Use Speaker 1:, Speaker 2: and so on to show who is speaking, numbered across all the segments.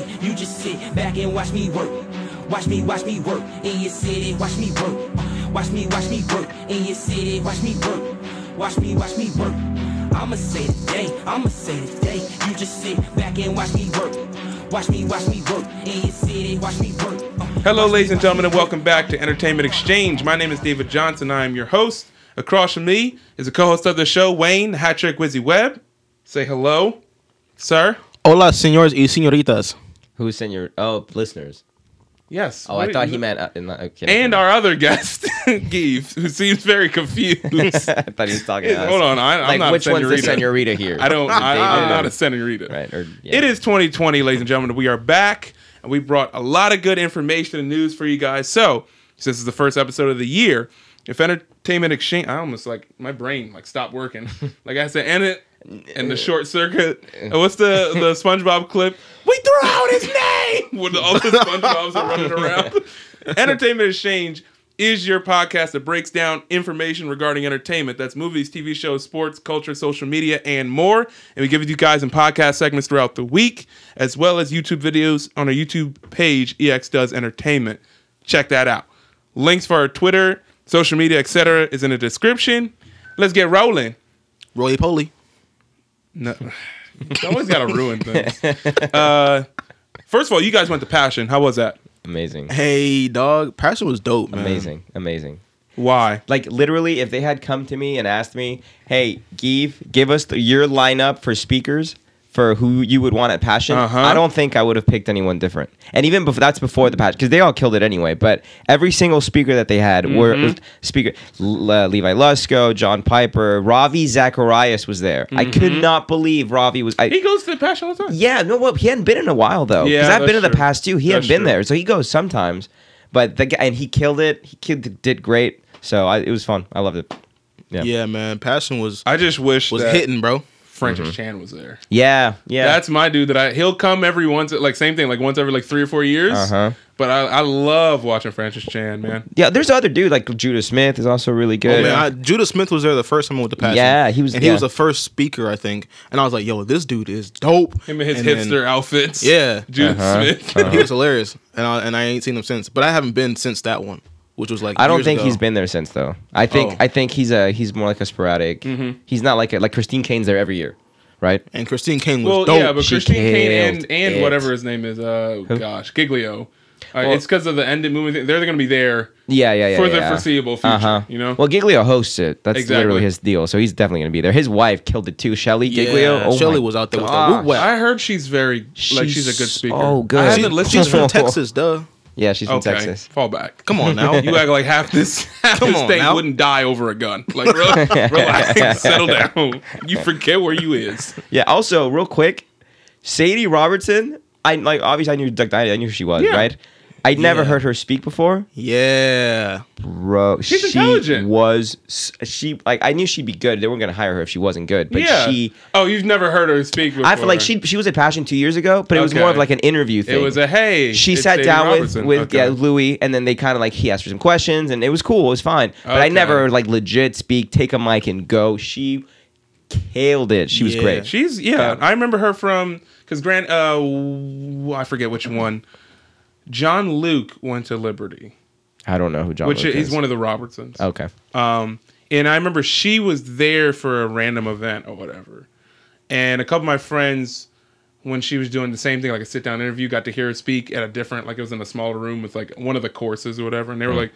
Speaker 1: Sit back and watch me work. Watch me, watch me work in your city. Watch me work. Watch me, watch me work in your city. Watch me work. Watch me, watch me work. I'ma say today, I'ma say today. You just sit back and watch me work. Watch me, watch me work in your city. Watch me work.
Speaker 2: Hello, ladies and gentlemen, and welcome back to Entertainment Exchange. My name is David Johnson. I am your host. Across from me is a co-host of the show, Wayne Hat Trick Wizzy Webb. Say hello, sir.
Speaker 3: Hola, señores y señoritas.
Speaker 4: Who's in your oh listeners?
Speaker 2: Yes.
Speaker 4: Oh, I thought he meant. Uh, not, okay,
Speaker 2: And our other guest, Geeve, who seems very confused.
Speaker 4: I thought he was talking. to us.
Speaker 2: Hold on, I, I'm
Speaker 4: like
Speaker 2: not
Speaker 4: which
Speaker 2: a senorita.
Speaker 4: one's the senorita here?
Speaker 2: I don't. I, I'm
Speaker 4: David?
Speaker 2: not a senorita.
Speaker 4: Right, or- yeah.
Speaker 2: It is 2020, ladies and gentlemen. We are back, and we brought a lot of good information and news for you guys. So, since it's the first episode of the year, if Entertainment Exchange, I almost like my brain like stopped working. like I said, and it and the short circuit. And what's the the SpongeBob clip? We threw out his name when all the SpongeBob's are running around. Entertainment Exchange is your podcast that breaks down information regarding entertainment. That's movies, TV shows, sports, culture, social media, and more. And we give it to you guys in podcast segments throughout the week, as well as YouTube videos on our YouTube page, EX Does Entertainment. Check that out. Links for our Twitter, social media, etc., is in the description. Let's get rolling.
Speaker 3: Roly poly.
Speaker 2: No. You always gotta ruin things. Uh, first of all, you guys went to Passion. How was that?
Speaker 4: amazing,
Speaker 3: Hey, dog. Passion was dope, man.
Speaker 4: amazing, amazing.
Speaker 2: Why?
Speaker 4: Like literally, if they had come to me and asked me, "Hey, Give, give us the, your lineup for speakers for who you would want at Passion,"
Speaker 2: Uh-huh.
Speaker 4: I don't think I would have picked anyone different. And even before that's before the Passion, because they all killed it anyway. But every single speaker that they had were was speaker L- uh, Levi Lusco, John Piper, Ravi Zacharias was there. I could not believe Ravi was. I,
Speaker 2: He goes to Passion all the time.
Speaker 4: Yeah, no, well, he hadn't been in a while though.
Speaker 2: Yeah,
Speaker 4: because I've been
Speaker 2: that's
Speaker 4: in the
Speaker 2: true.
Speaker 4: past too. He
Speaker 2: That's
Speaker 4: hadn't been
Speaker 2: true.
Speaker 4: there, so he goes sometimes. But the guy and he killed it. He killed, did great. So I, it was fun. I loved it. Yeah, yeah,
Speaker 3: Yeah, man. Passion was
Speaker 2: I just wish
Speaker 3: was
Speaker 2: that Mm-hmm.
Speaker 3: hitting, bro.
Speaker 2: Francis Chan was there.
Speaker 4: yeah.
Speaker 2: That's my dude. That I he'll come every once like same thing like once every like three or four years.
Speaker 4: Uh-huh.
Speaker 2: But I, I love watching Francis Chan, man.
Speaker 4: yeah, there's other dude like Judah Smith is also really
Speaker 3: Oh,
Speaker 4: good.
Speaker 3: man, I, Judah Smith was there the first time I went to Passion.
Speaker 4: Yeah, he was-
Speaker 3: And he
Speaker 4: yeah.
Speaker 3: was the first speaker, I think. And I was like, yo, this dude is dope.
Speaker 2: Him and his
Speaker 3: then-
Speaker 2: hipster outfits.
Speaker 3: Yeah.
Speaker 2: Judith Smith.
Speaker 3: he was hilarious, and I, and I ain't seen him since. But I haven't been since that one, which was like
Speaker 4: I don't
Speaker 3: years
Speaker 4: think
Speaker 3: ago.
Speaker 4: he's been there since though. I think
Speaker 3: Oh.
Speaker 4: I think he's a he's more like a sporadic.
Speaker 2: Mm-hmm.
Speaker 4: He's not like a, like Christine Kane's there every year, right?
Speaker 3: And Christine King was
Speaker 2: Well,
Speaker 3: dope.
Speaker 2: yeah, but
Speaker 4: She
Speaker 2: Christine Kane and,
Speaker 4: killed
Speaker 2: and
Speaker 4: it.
Speaker 2: whatever his name is, uh, gosh, Giglio. Uh,
Speaker 4: Well-
Speaker 2: it's because of the ended movie. Thing. They're going to be there.
Speaker 4: Yeah, yeah, yeah.
Speaker 2: For the
Speaker 4: yeah. Uh-huh.
Speaker 2: foreseeable future, you know?
Speaker 4: Well, Giglio hosts it. That's
Speaker 2: Exactly.
Speaker 4: literally his deal. So he's definitely gonna be there. His wife killed it too. Shelly Giglio.
Speaker 3: Yeah,
Speaker 4: oh
Speaker 3: Shelley
Speaker 4: my
Speaker 3: was out there with the
Speaker 4: gosh.
Speaker 3: woo whack.
Speaker 2: I heard she's very like she's a good speaker.
Speaker 4: Oh, good.
Speaker 2: I
Speaker 3: She-
Speaker 2: haven't listened
Speaker 3: she's
Speaker 2: to
Speaker 3: from
Speaker 2: her.
Speaker 3: Texas, duh.
Speaker 4: Yeah, she's from
Speaker 2: okay,
Speaker 4: Texas.
Speaker 2: fall back.
Speaker 3: Come on now.
Speaker 2: You act like half this half
Speaker 3: Come
Speaker 2: this
Speaker 3: on
Speaker 2: thing
Speaker 3: now.
Speaker 2: wouldn't die over a gun. Like, re- relax, settle down. You forget where you is.
Speaker 4: Yeah. Also, real quick, Sadie Robertson. I like obviously I knew Duck Dynasty. I knew who she was
Speaker 2: Yeah.
Speaker 4: right. I'd never
Speaker 3: Yeah.
Speaker 4: heard her speak before,
Speaker 3: yeah,
Speaker 4: bro.
Speaker 2: She's
Speaker 4: she
Speaker 2: intelligent.
Speaker 4: was s- she like I knew she'd be good. They weren't gonna hire her if she wasn't good, but
Speaker 2: yeah.
Speaker 4: she.
Speaker 2: oh, you've never heard her speak before.
Speaker 4: I feel like she she was at Passion two years ago, but it was
Speaker 2: Okay.
Speaker 4: more of like an interview
Speaker 2: It
Speaker 4: thing.
Speaker 2: was a hey.
Speaker 4: she
Speaker 2: it's
Speaker 4: sat
Speaker 2: Sadie
Speaker 4: down
Speaker 2: Robertson.
Speaker 4: with with
Speaker 2: Okay.
Speaker 4: yeah Louis, and then they kind of like he asked her some questions, and it was cool, it was fine. But I
Speaker 2: Okay.
Speaker 4: never like legit speak, take a mic and go. She killed it. She was
Speaker 3: Yeah.
Speaker 4: great.
Speaker 2: She's yeah, I remember her from because Grant. Uh, w- I forget which one. John Luke went to Liberty,
Speaker 4: I don't know who John.
Speaker 2: which
Speaker 4: Luke
Speaker 2: he's
Speaker 4: is.
Speaker 2: one of the Robertsons.
Speaker 4: Okay.
Speaker 2: Um, and I remember she was there for a random event or whatever. And a couple of my friends, when she was doing the same thing, like a sit down interview, got to hear her speak at a different, like it was in a smaller room with like one of the courses or whatever. And they were like,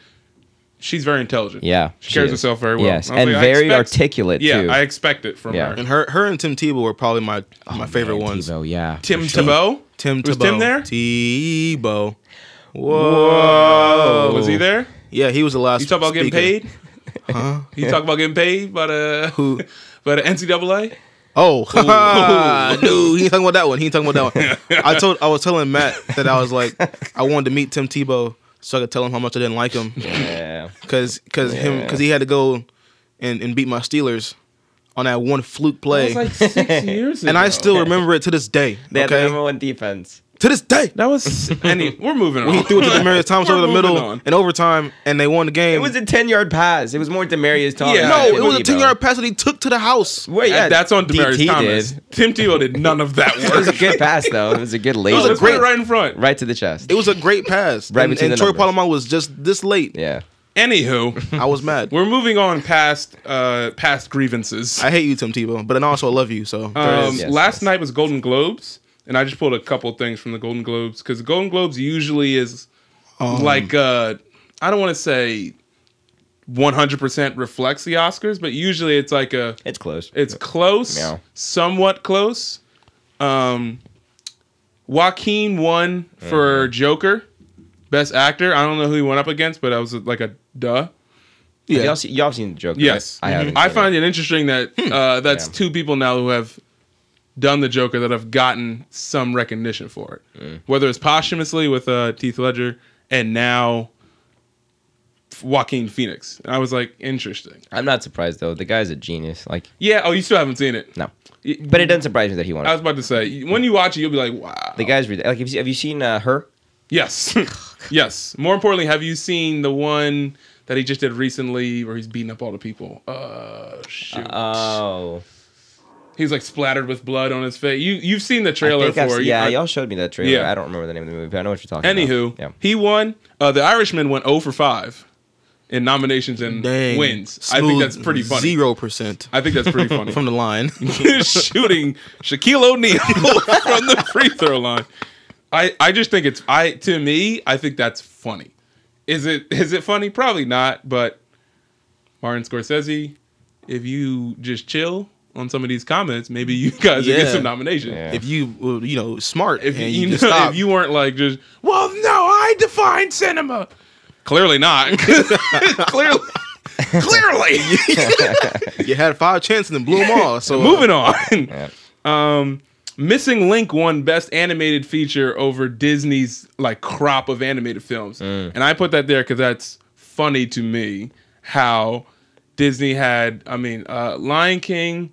Speaker 2: she's very intelligent.
Speaker 4: Mm. Yeah,
Speaker 2: She,
Speaker 4: she
Speaker 2: carries
Speaker 4: is.
Speaker 2: herself very well.
Speaker 4: Yes,
Speaker 2: I was
Speaker 4: and
Speaker 2: I
Speaker 4: very articulate,
Speaker 2: Yeah,
Speaker 4: too.
Speaker 2: I expect it from
Speaker 4: Yeah.
Speaker 2: her.
Speaker 3: and her her and Tim Tebow were probably my my favorite ones.
Speaker 4: Oh yeah.
Speaker 2: Tim Tebow?
Speaker 3: Tim Tebow.
Speaker 2: Was Tim there?
Speaker 3: Tebow.
Speaker 4: Whoa.
Speaker 2: Oh, Was he there?
Speaker 3: Yeah, he was the last.
Speaker 2: You talk about getting
Speaker 3: speaker.
Speaker 2: paid? You talk about getting paid by the
Speaker 3: Who?
Speaker 2: by the NCAA?
Speaker 3: Oh, dude, he ain't talking about that one. He ain't talking about that one. I told, I was telling Matt that I was like, I wanted to meet Tim Tebow so I could tell him how much I didn't like him
Speaker 4: Yeah.
Speaker 3: because because him because he had to go and, and beat my Steelers on that one fluke play,
Speaker 2: It was like six years ago.
Speaker 3: and I still remember it to this day.
Speaker 4: They had the
Speaker 3: okay,
Speaker 4: number one defense.
Speaker 3: to this day.
Speaker 2: That was any. We're moving on.
Speaker 3: He threw it to Demarius Thomas
Speaker 2: We're
Speaker 3: over the
Speaker 2: moving
Speaker 3: middle
Speaker 2: on.
Speaker 3: in overtime, and they won the game.
Speaker 4: It was a ten yard pass. It was more Demarius Thomas.
Speaker 2: Yeah,
Speaker 3: no,
Speaker 4: than
Speaker 3: it was a
Speaker 4: Debo.
Speaker 3: ten yard pass that he took to the house.
Speaker 4: Wait, yeah,
Speaker 2: That's on Demarius
Speaker 4: DT
Speaker 2: Thomas.
Speaker 4: Did.
Speaker 2: Tim Tebow did none of that
Speaker 4: It was a
Speaker 2: work.
Speaker 4: good pass though. It was a good
Speaker 2: It
Speaker 4: laser.
Speaker 2: was a great
Speaker 4: right,
Speaker 2: right in front.
Speaker 4: right to the chest.
Speaker 3: It was a great pass.
Speaker 4: Right
Speaker 3: and
Speaker 4: between
Speaker 3: and
Speaker 4: the
Speaker 3: Troy
Speaker 4: numbers.
Speaker 3: Polamalu was just this late.
Speaker 4: yeah.
Speaker 2: Anywho,
Speaker 3: I was mad.
Speaker 2: we're moving on past uh past grievances.
Speaker 3: I hate you, Tim Tebow, but and also I love you. So there it
Speaker 2: Um,
Speaker 3: is.
Speaker 4: Yes,
Speaker 2: last
Speaker 4: yes.
Speaker 2: night was Golden Globes, and I just pulled a couple things from the Golden Globes because the Golden Globes usually is
Speaker 3: Um,
Speaker 2: like uh, I don't want to say 100% reflects the Oscars, but usually it's like a
Speaker 4: It's close.
Speaker 2: it's close,
Speaker 4: Meow.
Speaker 2: somewhat close. Um, Joaquin won
Speaker 4: Mm-hmm.
Speaker 2: for Joker, best actor. I don't know who he went up against, but I was like a duh.
Speaker 3: yeah.
Speaker 4: Y'all, see, y'all have Hmm. seen the Joker?
Speaker 2: Yes, Mm-hmm.
Speaker 4: right? I haven't.
Speaker 2: I
Speaker 4: seen
Speaker 2: find it interesting that uh, that's
Speaker 4: Yeah.
Speaker 2: two people now who have done the Joker that have gotten some recognition for it,
Speaker 4: Mm.
Speaker 2: whether it's posthumously with uh, Heath Ledger and now Joaquin Phoenix. And I was like, interesting.
Speaker 4: I'm not surprised though. The guy's a genius. Like
Speaker 2: Yeah. Oh, you still haven't seen it.
Speaker 4: no,
Speaker 2: Y-
Speaker 4: but it doesn't surprise me that he won.
Speaker 2: I was
Speaker 4: it.
Speaker 2: about to say when you watch it, you'll be like, wow.
Speaker 4: The guy's ridiculous. like, have you, have you seen uh, her?
Speaker 2: yes, yes. More importantly, have you seen the one? That he just did recently, where he's beating up all the people. Uh, shoot.
Speaker 4: Oh,
Speaker 2: he's like splattered with blood on his face. You you've seen the
Speaker 4: I
Speaker 2: trailer
Speaker 4: think I've
Speaker 2: for
Speaker 4: seen-
Speaker 2: it. You-
Speaker 4: yeah.
Speaker 2: I-
Speaker 4: y'all showed me that trailer.
Speaker 2: Yeah.
Speaker 4: I don't remember the name of the movie, but I know what you're talking
Speaker 2: Anywho,
Speaker 4: about. Yeah.
Speaker 2: he won. Uh, the Irishman went 0 for 5 in nominations and
Speaker 3: Dang.
Speaker 2: wins. I think
Speaker 3: Smooth
Speaker 2: that's pretty funny.
Speaker 3: Zero percent
Speaker 2: I think that's pretty funny.
Speaker 3: from the line.
Speaker 2: Shooting Shaquille O'Neal from the free throw line. I, I just think it's I to me I think that's funny. Is it is it funny? Probably not. But Martin Scorsese, if you just chill on some of these comments, maybe you guys will
Speaker 3: Yeah.
Speaker 2: get some nominations.
Speaker 4: Yeah.
Speaker 3: if you were, you know smart
Speaker 2: If
Speaker 3: and
Speaker 2: you,
Speaker 3: you,
Speaker 2: know,
Speaker 3: just stop,
Speaker 2: if you weren't like just, well, no, I define cinema. Clearly not. clearly, clearly.
Speaker 3: you had five chances and blew them all. So uh,
Speaker 2: Moving on. Um, Missing Link won Best Animated Feature over Disney's like crop of animated films, and I put that there because that's funny to me how Disney had. I mean, uh, Lion King.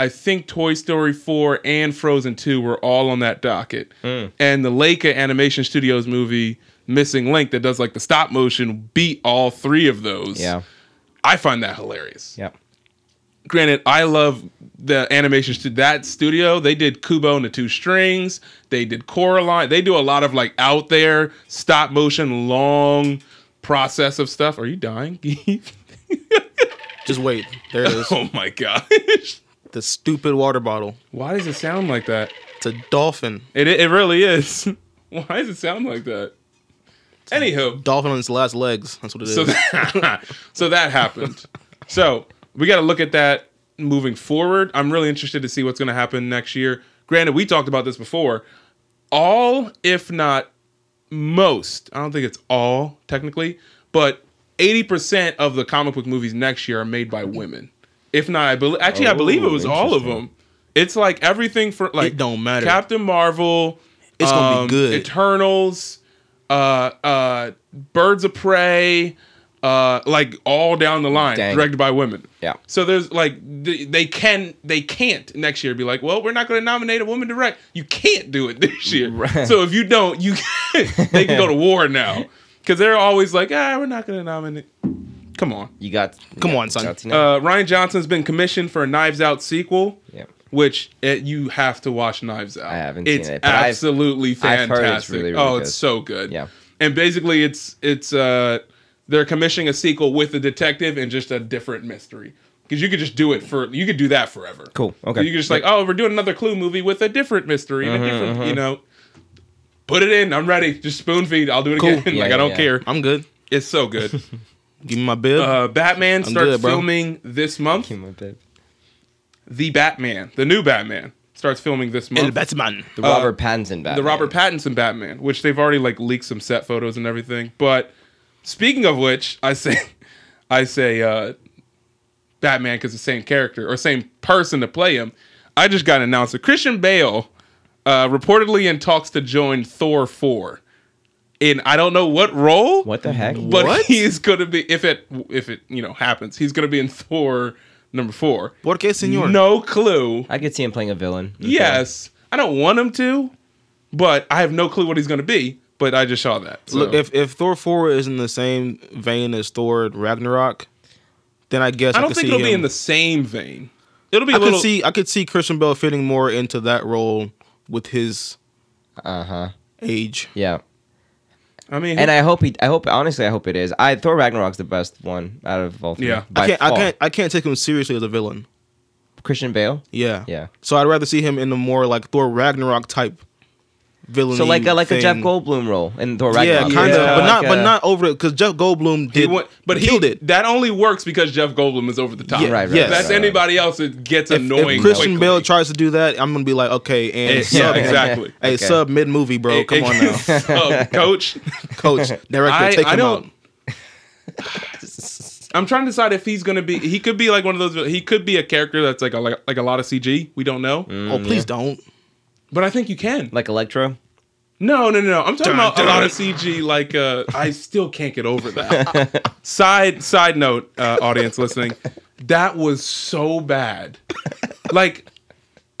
Speaker 2: I think Toy Story 4 and Frozen 2 were all on that docket. And the Leica Animation Studios movie Missing Link that does like the stop motion beat all three of those.
Speaker 4: Yeah.
Speaker 2: I find that hilarious
Speaker 4: Yeah.
Speaker 2: granted, I love the animations to that studio. They did Kubo and the Two Strings. They did Coraline. They do a lot of like out there stop motion, long process of stuff. Are you dying? Keith?
Speaker 3: just wait. There it is.
Speaker 2: oh my gosh!
Speaker 3: The stupid water bottle.
Speaker 2: Why does it sound like that?
Speaker 3: It's a dolphin.
Speaker 2: It it really is. Why does it sound like that? Anywho,
Speaker 3: Dolphin on its last legs. That's what it is.
Speaker 2: so that, so that happened. So we got to look at that moving forward. I'm really interested to see what's going to happen next year. Granted, we talked about this before. All, if not most, I don't think it's all technically, but 80% of the comic book movies next year are made by women. If not, I believe actually I
Speaker 4: Oh,
Speaker 2: believe it was all of
Speaker 4: interesting.
Speaker 2: them. It's like everything for like
Speaker 3: don't matter.
Speaker 2: Captain Marvel.
Speaker 3: It's gonna be good.
Speaker 2: Um, Eternals uh, uh, Birds of Prey, uh, like all down the line,
Speaker 4: Dang.
Speaker 2: directed by women.
Speaker 4: Yeah.
Speaker 2: So there's like th- they can they can't next year be like, well, we're not going to nominate a woman direct. You can't do it this year.
Speaker 4: Right.
Speaker 2: So if you don't, you they can go to war now because they're always like, ah, we're not going to nominate. Come on.
Speaker 4: You got.
Speaker 3: Come
Speaker 4: yeah,
Speaker 3: on, son.
Speaker 4: got to know.
Speaker 2: Uh, Ryan Johnson's been commissioned for a Knives Out sequel.
Speaker 4: Yeah.
Speaker 2: Which it, you have to watch Knives Out. I
Speaker 4: haven't seen
Speaker 2: It's
Speaker 4: it, but I've-
Speaker 2: absolutely
Speaker 4: I've
Speaker 2: fantastic.
Speaker 4: heard it's really, really
Speaker 2: oh,
Speaker 4: good.
Speaker 2: it's so good.
Speaker 4: Yeah.
Speaker 2: And basically, it's it's uh they're commissioning a sequel with a detective and just a different mystery because you could just do it for you could do that forever.
Speaker 4: Cool. Okay. Mm-hmm,
Speaker 2: You could just like oh we're doing another Clue movie with a different mystery and a different you know. Put it in. I'm ready. Just spoon feed. I'll do it
Speaker 3: Cool.
Speaker 2: again.
Speaker 4: Yeah,
Speaker 2: like I don't
Speaker 4: yeah.
Speaker 2: care.
Speaker 3: I'm good.
Speaker 2: It's so good.
Speaker 3: Give me my bib.
Speaker 2: Uh, Batman
Speaker 3: I'm
Speaker 2: starts
Speaker 3: good, bro.
Speaker 2: filming this month.
Speaker 4: Come on, babe.
Speaker 2: The Batman, the new Batman, starts filming this month.
Speaker 3: El Batman.
Speaker 4: The Robert Pattinson Batman.
Speaker 2: the Robert Pattinson Batman, which they've already like leaked some set photos and everything. But speaking of which, I say, I say, uh, Batman because the same character or same person to play him. I just got announced that Christian Bale, uh, reportedly in talks to join Thor four, in I don't know what role.
Speaker 4: What the heck?
Speaker 2: But
Speaker 3: What?
Speaker 2: he's gonna be if it if it you know happens, he's gonna be in Thor number four.
Speaker 3: Por qué, señor?
Speaker 2: No clue.
Speaker 4: I could see him playing a villain. Okay.
Speaker 2: Yes, I don't want him to, but I have no clue what he's going to be. But I just saw that. So.
Speaker 3: Look, if if Thor four is in the same vein as Thor Ragnarok, then I guess I,
Speaker 2: I don't
Speaker 3: could
Speaker 2: think
Speaker 3: see
Speaker 2: it'll be
Speaker 3: him-
Speaker 2: in the same vein. It'll be a
Speaker 3: I
Speaker 2: little.
Speaker 3: could see I could see Christian Bell fitting more into that role with his
Speaker 4: Uh huh.
Speaker 3: age.
Speaker 4: Yeah.
Speaker 2: I mean,
Speaker 4: And I hope he. I hope honestly. I hope it is. I Thor Ragnarok's the best one out of all. Three,
Speaker 2: Yeah.
Speaker 4: By
Speaker 3: I can't I
Speaker 4: far.
Speaker 3: can't I can't take him seriously as a villain.
Speaker 4: Christian Bale.
Speaker 3: Yeah.
Speaker 4: Yeah.
Speaker 3: So I'd rather see him in the more like Thor Ragnarok type villain.
Speaker 4: So like a, like a Jeff
Speaker 3: thing.
Speaker 4: Goldblum role in Thor
Speaker 3: Yeah,
Speaker 4: Ragnarok.
Speaker 3: kind of,
Speaker 2: Yeah.
Speaker 3: but not
Speaker 4: Like uh,
Speaker 3: but
Speaker 4: a-
Speaker 3: not over it because Jeff Goldblum
Speaker 2: he
Speaker 3: did,
Speaker 2: wa- but he
Speaker 3: killed it.
Speaker 2: That only works because Jeff Goldblum is over the top.
Speaker 3: Yeah,
Speaker 4: Right. Right.
Speaker 3: yes.
Speaker 2: If that's
Speaker 4: right, right.
Speaker 2: anybody else, it gets
Speaker 3: If,
Speaker 2: annoying.
Speaker 3: if Christian
Speaker 2: quickly.
Speaker 3: Bale tries to do that, I'm gonna be like, okay, and
Speaker 2: Yeah,
Speaker 3: sub,
Speaker 2: exactly. Eh,
Speaker 3: hey,
Speaker 4: Okay.
Speaker 3: sub mid movie, bro.
Speaker 2: It-
Speaker 3: Come
Speaker 2: it
Speaker 3: on now,
Speaker 2: gets- Oh, coach.
Speaker 3: coach, director,
Speaker 2: I,
Speaker 3: take
Speaker 2: I
Speaker 3: him
Speaker 2: don't.
Speaker 3: out.
Speaker 2: I'm trying to decide if he's gonna be. He could be like one of those. He could be a character that's like a, like, like a lot of CG. We don't know,
Speaker 4: Mm.
Speaker 3: Oh, please don't.
Speaker 2: but I think you can.
Speaker 4: Like Electro.
Speaker 2: No, no, no, no. I'm talking
Speaker 3: Dun,
Speaker 2: about
Speaker 3: dun.
Speaker 2: a lot of CG. Like, uh, I still can't get over that. side side note, uh, audience listening, that was so bad. Like,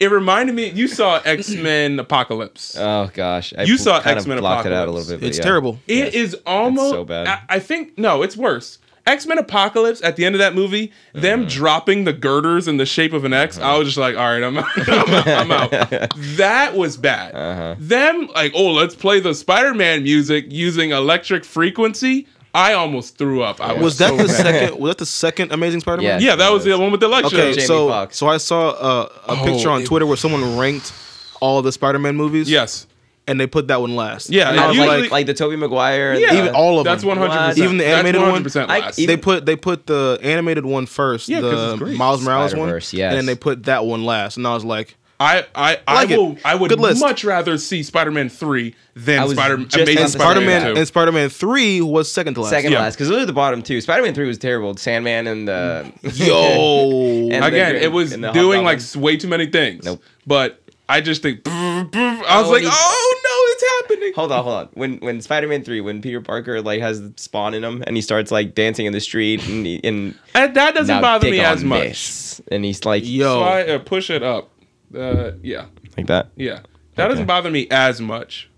Speaker 2: it reminded me. You saw X Men Apocalypse.
Speaker 3: Uh,
Speaker 4: Oh gosh. I
Speaker 2: You
Speaker 4: bl-
Speaker 2: saw
Speaker 4: kind of
Speaker 2: X-Men
Speaker 4: blocked it out a
Speaker 2: Apocalypse.
Speaker 4: little bit. but
Speaker 3: It's
Speaker 4: yeah.
Speaker 3: terrible.
Speaker 2: It is almost
Speaker 4: so bad.
Speaker 2: I, I think no, it's worse. X Men Apocalypse at the end of that movie, them
Speaker 4: Mm-hmm.
Speaker 2: dropping the girders in the shape of an X, I was just like, all right, I'm out. I'm out. I'm out. that was bad.
Speaker 4: Uh-huh.
Speaker 2: Them like, oh, let's play the Spider Man music using electric frequency. I almost threw up. I
Speaker 3: Was
Speaker 2: was,
Speaker 3: that
Speaker 2: so
Speaker 3: the
Speaker 2: bad.
Speaker 3: second? Was that the second Amazing Spider-Man?
Speaker 4: Yes.
Speaker 2: Yeah, that was the one with the lecture.
Speaker 3: Okay,
Speaker 4: Jamie
Speaker 3: so
Speaker 4: Foxx.
Speaker 3: so I saw uh, a
Speaker 2: Oh,
Speaker 3: picture on
Speaker 2: it-
Speaker 3: Twitter where someone ranked all the Spider-Man movies.
Speaker 2: Yes.
Speaker 3: and they put that one last.
Speaker 2: Yeah,
Speaker 3: and
Speaker 2: yeah,
Speaker 3: I was
Speaker 4: like,
Speaker 2: usually-
Speaker 3: like,
Speaker 4: like the Toby Maguire. and
Speaker 2: Yeah.
Speaker 4: the-
Speaker 3: even all of
Speaker 2: That's
Speaker 3: them.
Speaker 2: one hundred percent.
Speaker 4: Even
Speaker 3: the animated one?
Speaker 4: I-
Speaker 3: they put they put the animated one first,
Speaker 2: Yeah, 'cause
Speaker 3: the
Speaker 2: it's great.
Speaker 3: Miles Morales one,
Speaker 4: Spider-Verse, yes.
Speaker 3: and then they put that one last, and I was like,
Speaker 2: I I, I,
Speaker 3: like it.
Speaker 2: will I would
Speaker 3: Good list.
Speaker 2: much rather see Spider Man three
Speaker 4: I
Speaker 2: than
Speaker 4: was
Speaker 2: Spider
Speaker 4: just about
Speaker 2: Amazing
Speaker 4: to say
Speaker 2: Spider
Speaker 3: Spider-Man
Speaker 2: Man two.
Speaker 3: and Spider-Man three was second to last.
Speaker 4: Second
Speaker 2: Yeah.
Speaker 4: last, because those are the bottom two. Spider Man three was terrible. Sandman and uh, the
Speaker 3: Yo,
Speaker 4: And-
Speaker 2: Again,
Speaker 4: the-
Speaker 2: it was
Speaker 4: and the
Speaker 2: doing
Speaker 4: hobgoblin.
Speaker 2: like s- way too many things.
Speaker 4: Nope.
Speaker 2: But I just think I was
Speaker 4: Oh,
Speaker 2: like,
Speaker 4: and he-
Speaker 2: oh no, it's happening.
Speaker 4: hold on, hold on. When when Spider Man three, when Peter Parker like has spawn in him and he starts like dancing in the street and he, and
Speaker 2: And that doesn't
Speaker 4: now
Speaker 2: bother
Speaker 4: dick
Speaker 2: me
Speaker 4: on
Speaker 2: as much.
Speaker 4: this. and he's like
Speaker 2: So
Speaker 3: yo,
Speaker 2: I uh, push it up. Uh, yeah,
Speaker 4: like that.
Speaker 2: yeah. That doesn't bother me as much,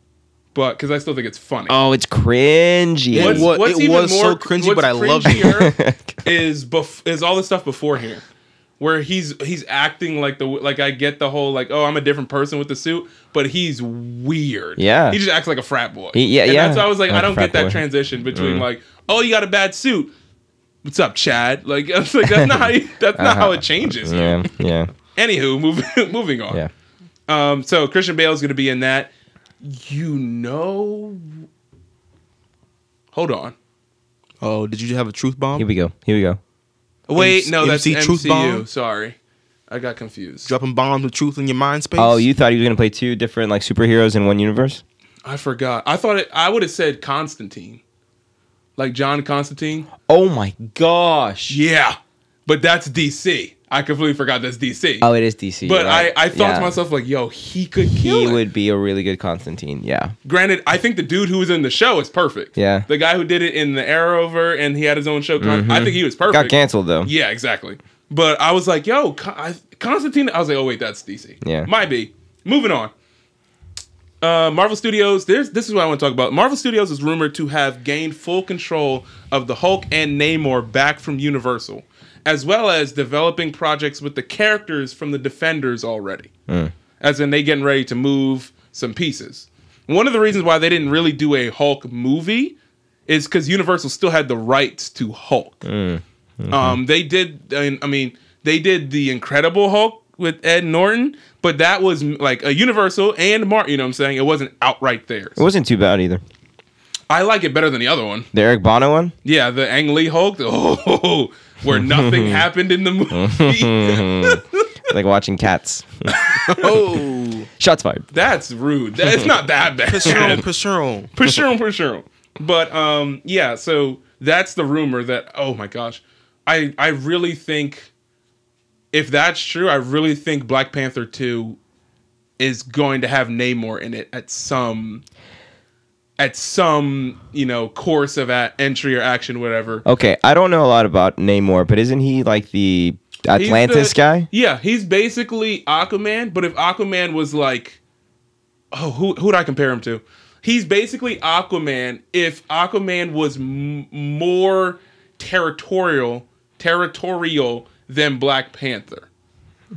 Speaker 2: but because I still think it's funny.
Speaker 4: Oh, it's cringy.
Speaker 3: It was- it was so cringy,
Speaker 2: what's
Speaker 3: but I loved it.
Speaker 2: cringier is bef- is all the stuff before here, where he's he's acting like the like I get the whole like oh I'm a different person with the suit, but he's weird.
Speaker 4: Yeah.
Speaker 2: he just acts like a frat boy.
Speaker 4: He- yeah,
Speaker 2: and
Speaker 4: yeah.
Speaker 2: That's why I was like
Speaker 4: Like
Speaker 2: I
Speaker 4: a
Speaker 2: don't
Speaker 4: frat
Speaker 2: get that
Speaker 4: boy. Mm.
Speaker 2: transition between like oh you got a bad suit. What's up, Chad? Like, I was like that's not how you, that's not how it changes.
Speaker 4: Uh-huh. yeah, yeah,
Speaker 2: Anywho, moving moving on.
Speaker 4: yeah.
Speaker 2: Um, so Christian Bale's going to be in that. You know. Hold on.
Speaker 3: oh, did you have a truth bomb?
Speaker 4: Here we go. Here we go.
Speaker 2: Wait,
Speaker 3: MC
Speaker 2: no, that's
Speaker 3: Truth
Speaker 2: MCU.
Speaker 3: Bomb?
Speaker 2: Sorry, I got confused.
Speaker 3: Dropping bombs with truth in your mind space.
Speaker 4: Oh, you thought he was gonna play two different like superheroes in one universe?
Speaker 2: I forgot. I thought it, I would have said Constantine, like John Constantine.
Speaker 4: Oh my gosh.
Speaker 2: Yeah, but that's DC. I completely forgot that's DC.
Speaker 4: Oh, it is DC.
Speaker 2: but
Speaker 4: right.
Speaker 2: I, I thought
Speaker 4: Yeah.
Speaker 2: to myself like, yo, he could kill.
Speaker 4: he
Speaker 2: it.
Speaker 4: would be a really good Constantine. Yeah.
Speaker 2: Granted, I think the dude who was in the show is perfect.
Speaker 4: Yeah. Mm-hmm.
Speaker 2: the guy who did it in the Arrowverse and he had his own show. Con- I think he was perfect.
Speaker 4: Got canceled though.
Speaker 2: Yeah, exactly. But I was like, yo, Con- I, Constantine. I was like, oh wait, that's DC.
Speaker 4: Yeah.
Speaker 2: might be. Moving on. Uh, Marvel Studios. There's this is what I want to talk about. Marvel Studios is rumored to have gained full control of the Hulk and Namor back from Universal, as well as developing projects with the characters from the Defenders already. As in, they getting ready to move some pieces. One of the reasons why they didn't really do a Hulk movie is because Universal still had the rights to Hulk. Um, they did. I mean- I mean, they did the Incredible Hulk with Ed Norton, but that was m- like a Universal and Martin. You know what I'm saying? It wasn't outright theirs.
Speaker 4: It wasn't too bad either.
Speaker 2: I like it better than the other one.
Speaker 4: The Eric Bono one?
Speaker 2: Yeah, the Ang Lee Hulk. the- oh, where nothing happened in the movie.
Speaker 4: like watching cats.
Speaker 3: oh,
Speaker 4: Shots fired.
Speaker 2: That's rude. That, it's not that bad.
Speaker 3: Picheron, Picheron.
Speaker 2: for sure, for sure. But um, yeah. So that's the rumor that oh my gosh, I I really think if that's true, I really think Black Panther two is going to have Namor in it at some at some you know course of a- entry or action whatever.
Speaker 4: Okay, I don't know a lot about Namor, but isn't he like the
Speaker 2: He's
Speaker 4: Atlantis
Speaker 2: the-
Speaker 4: guy?
Speaker 2: Yeah, he's basically Aquaman, but if Aquaman was like oh, who who'd I compare him to? He's basically Aquaman if Aquaman was m- more territorial, territorial than Black Panther.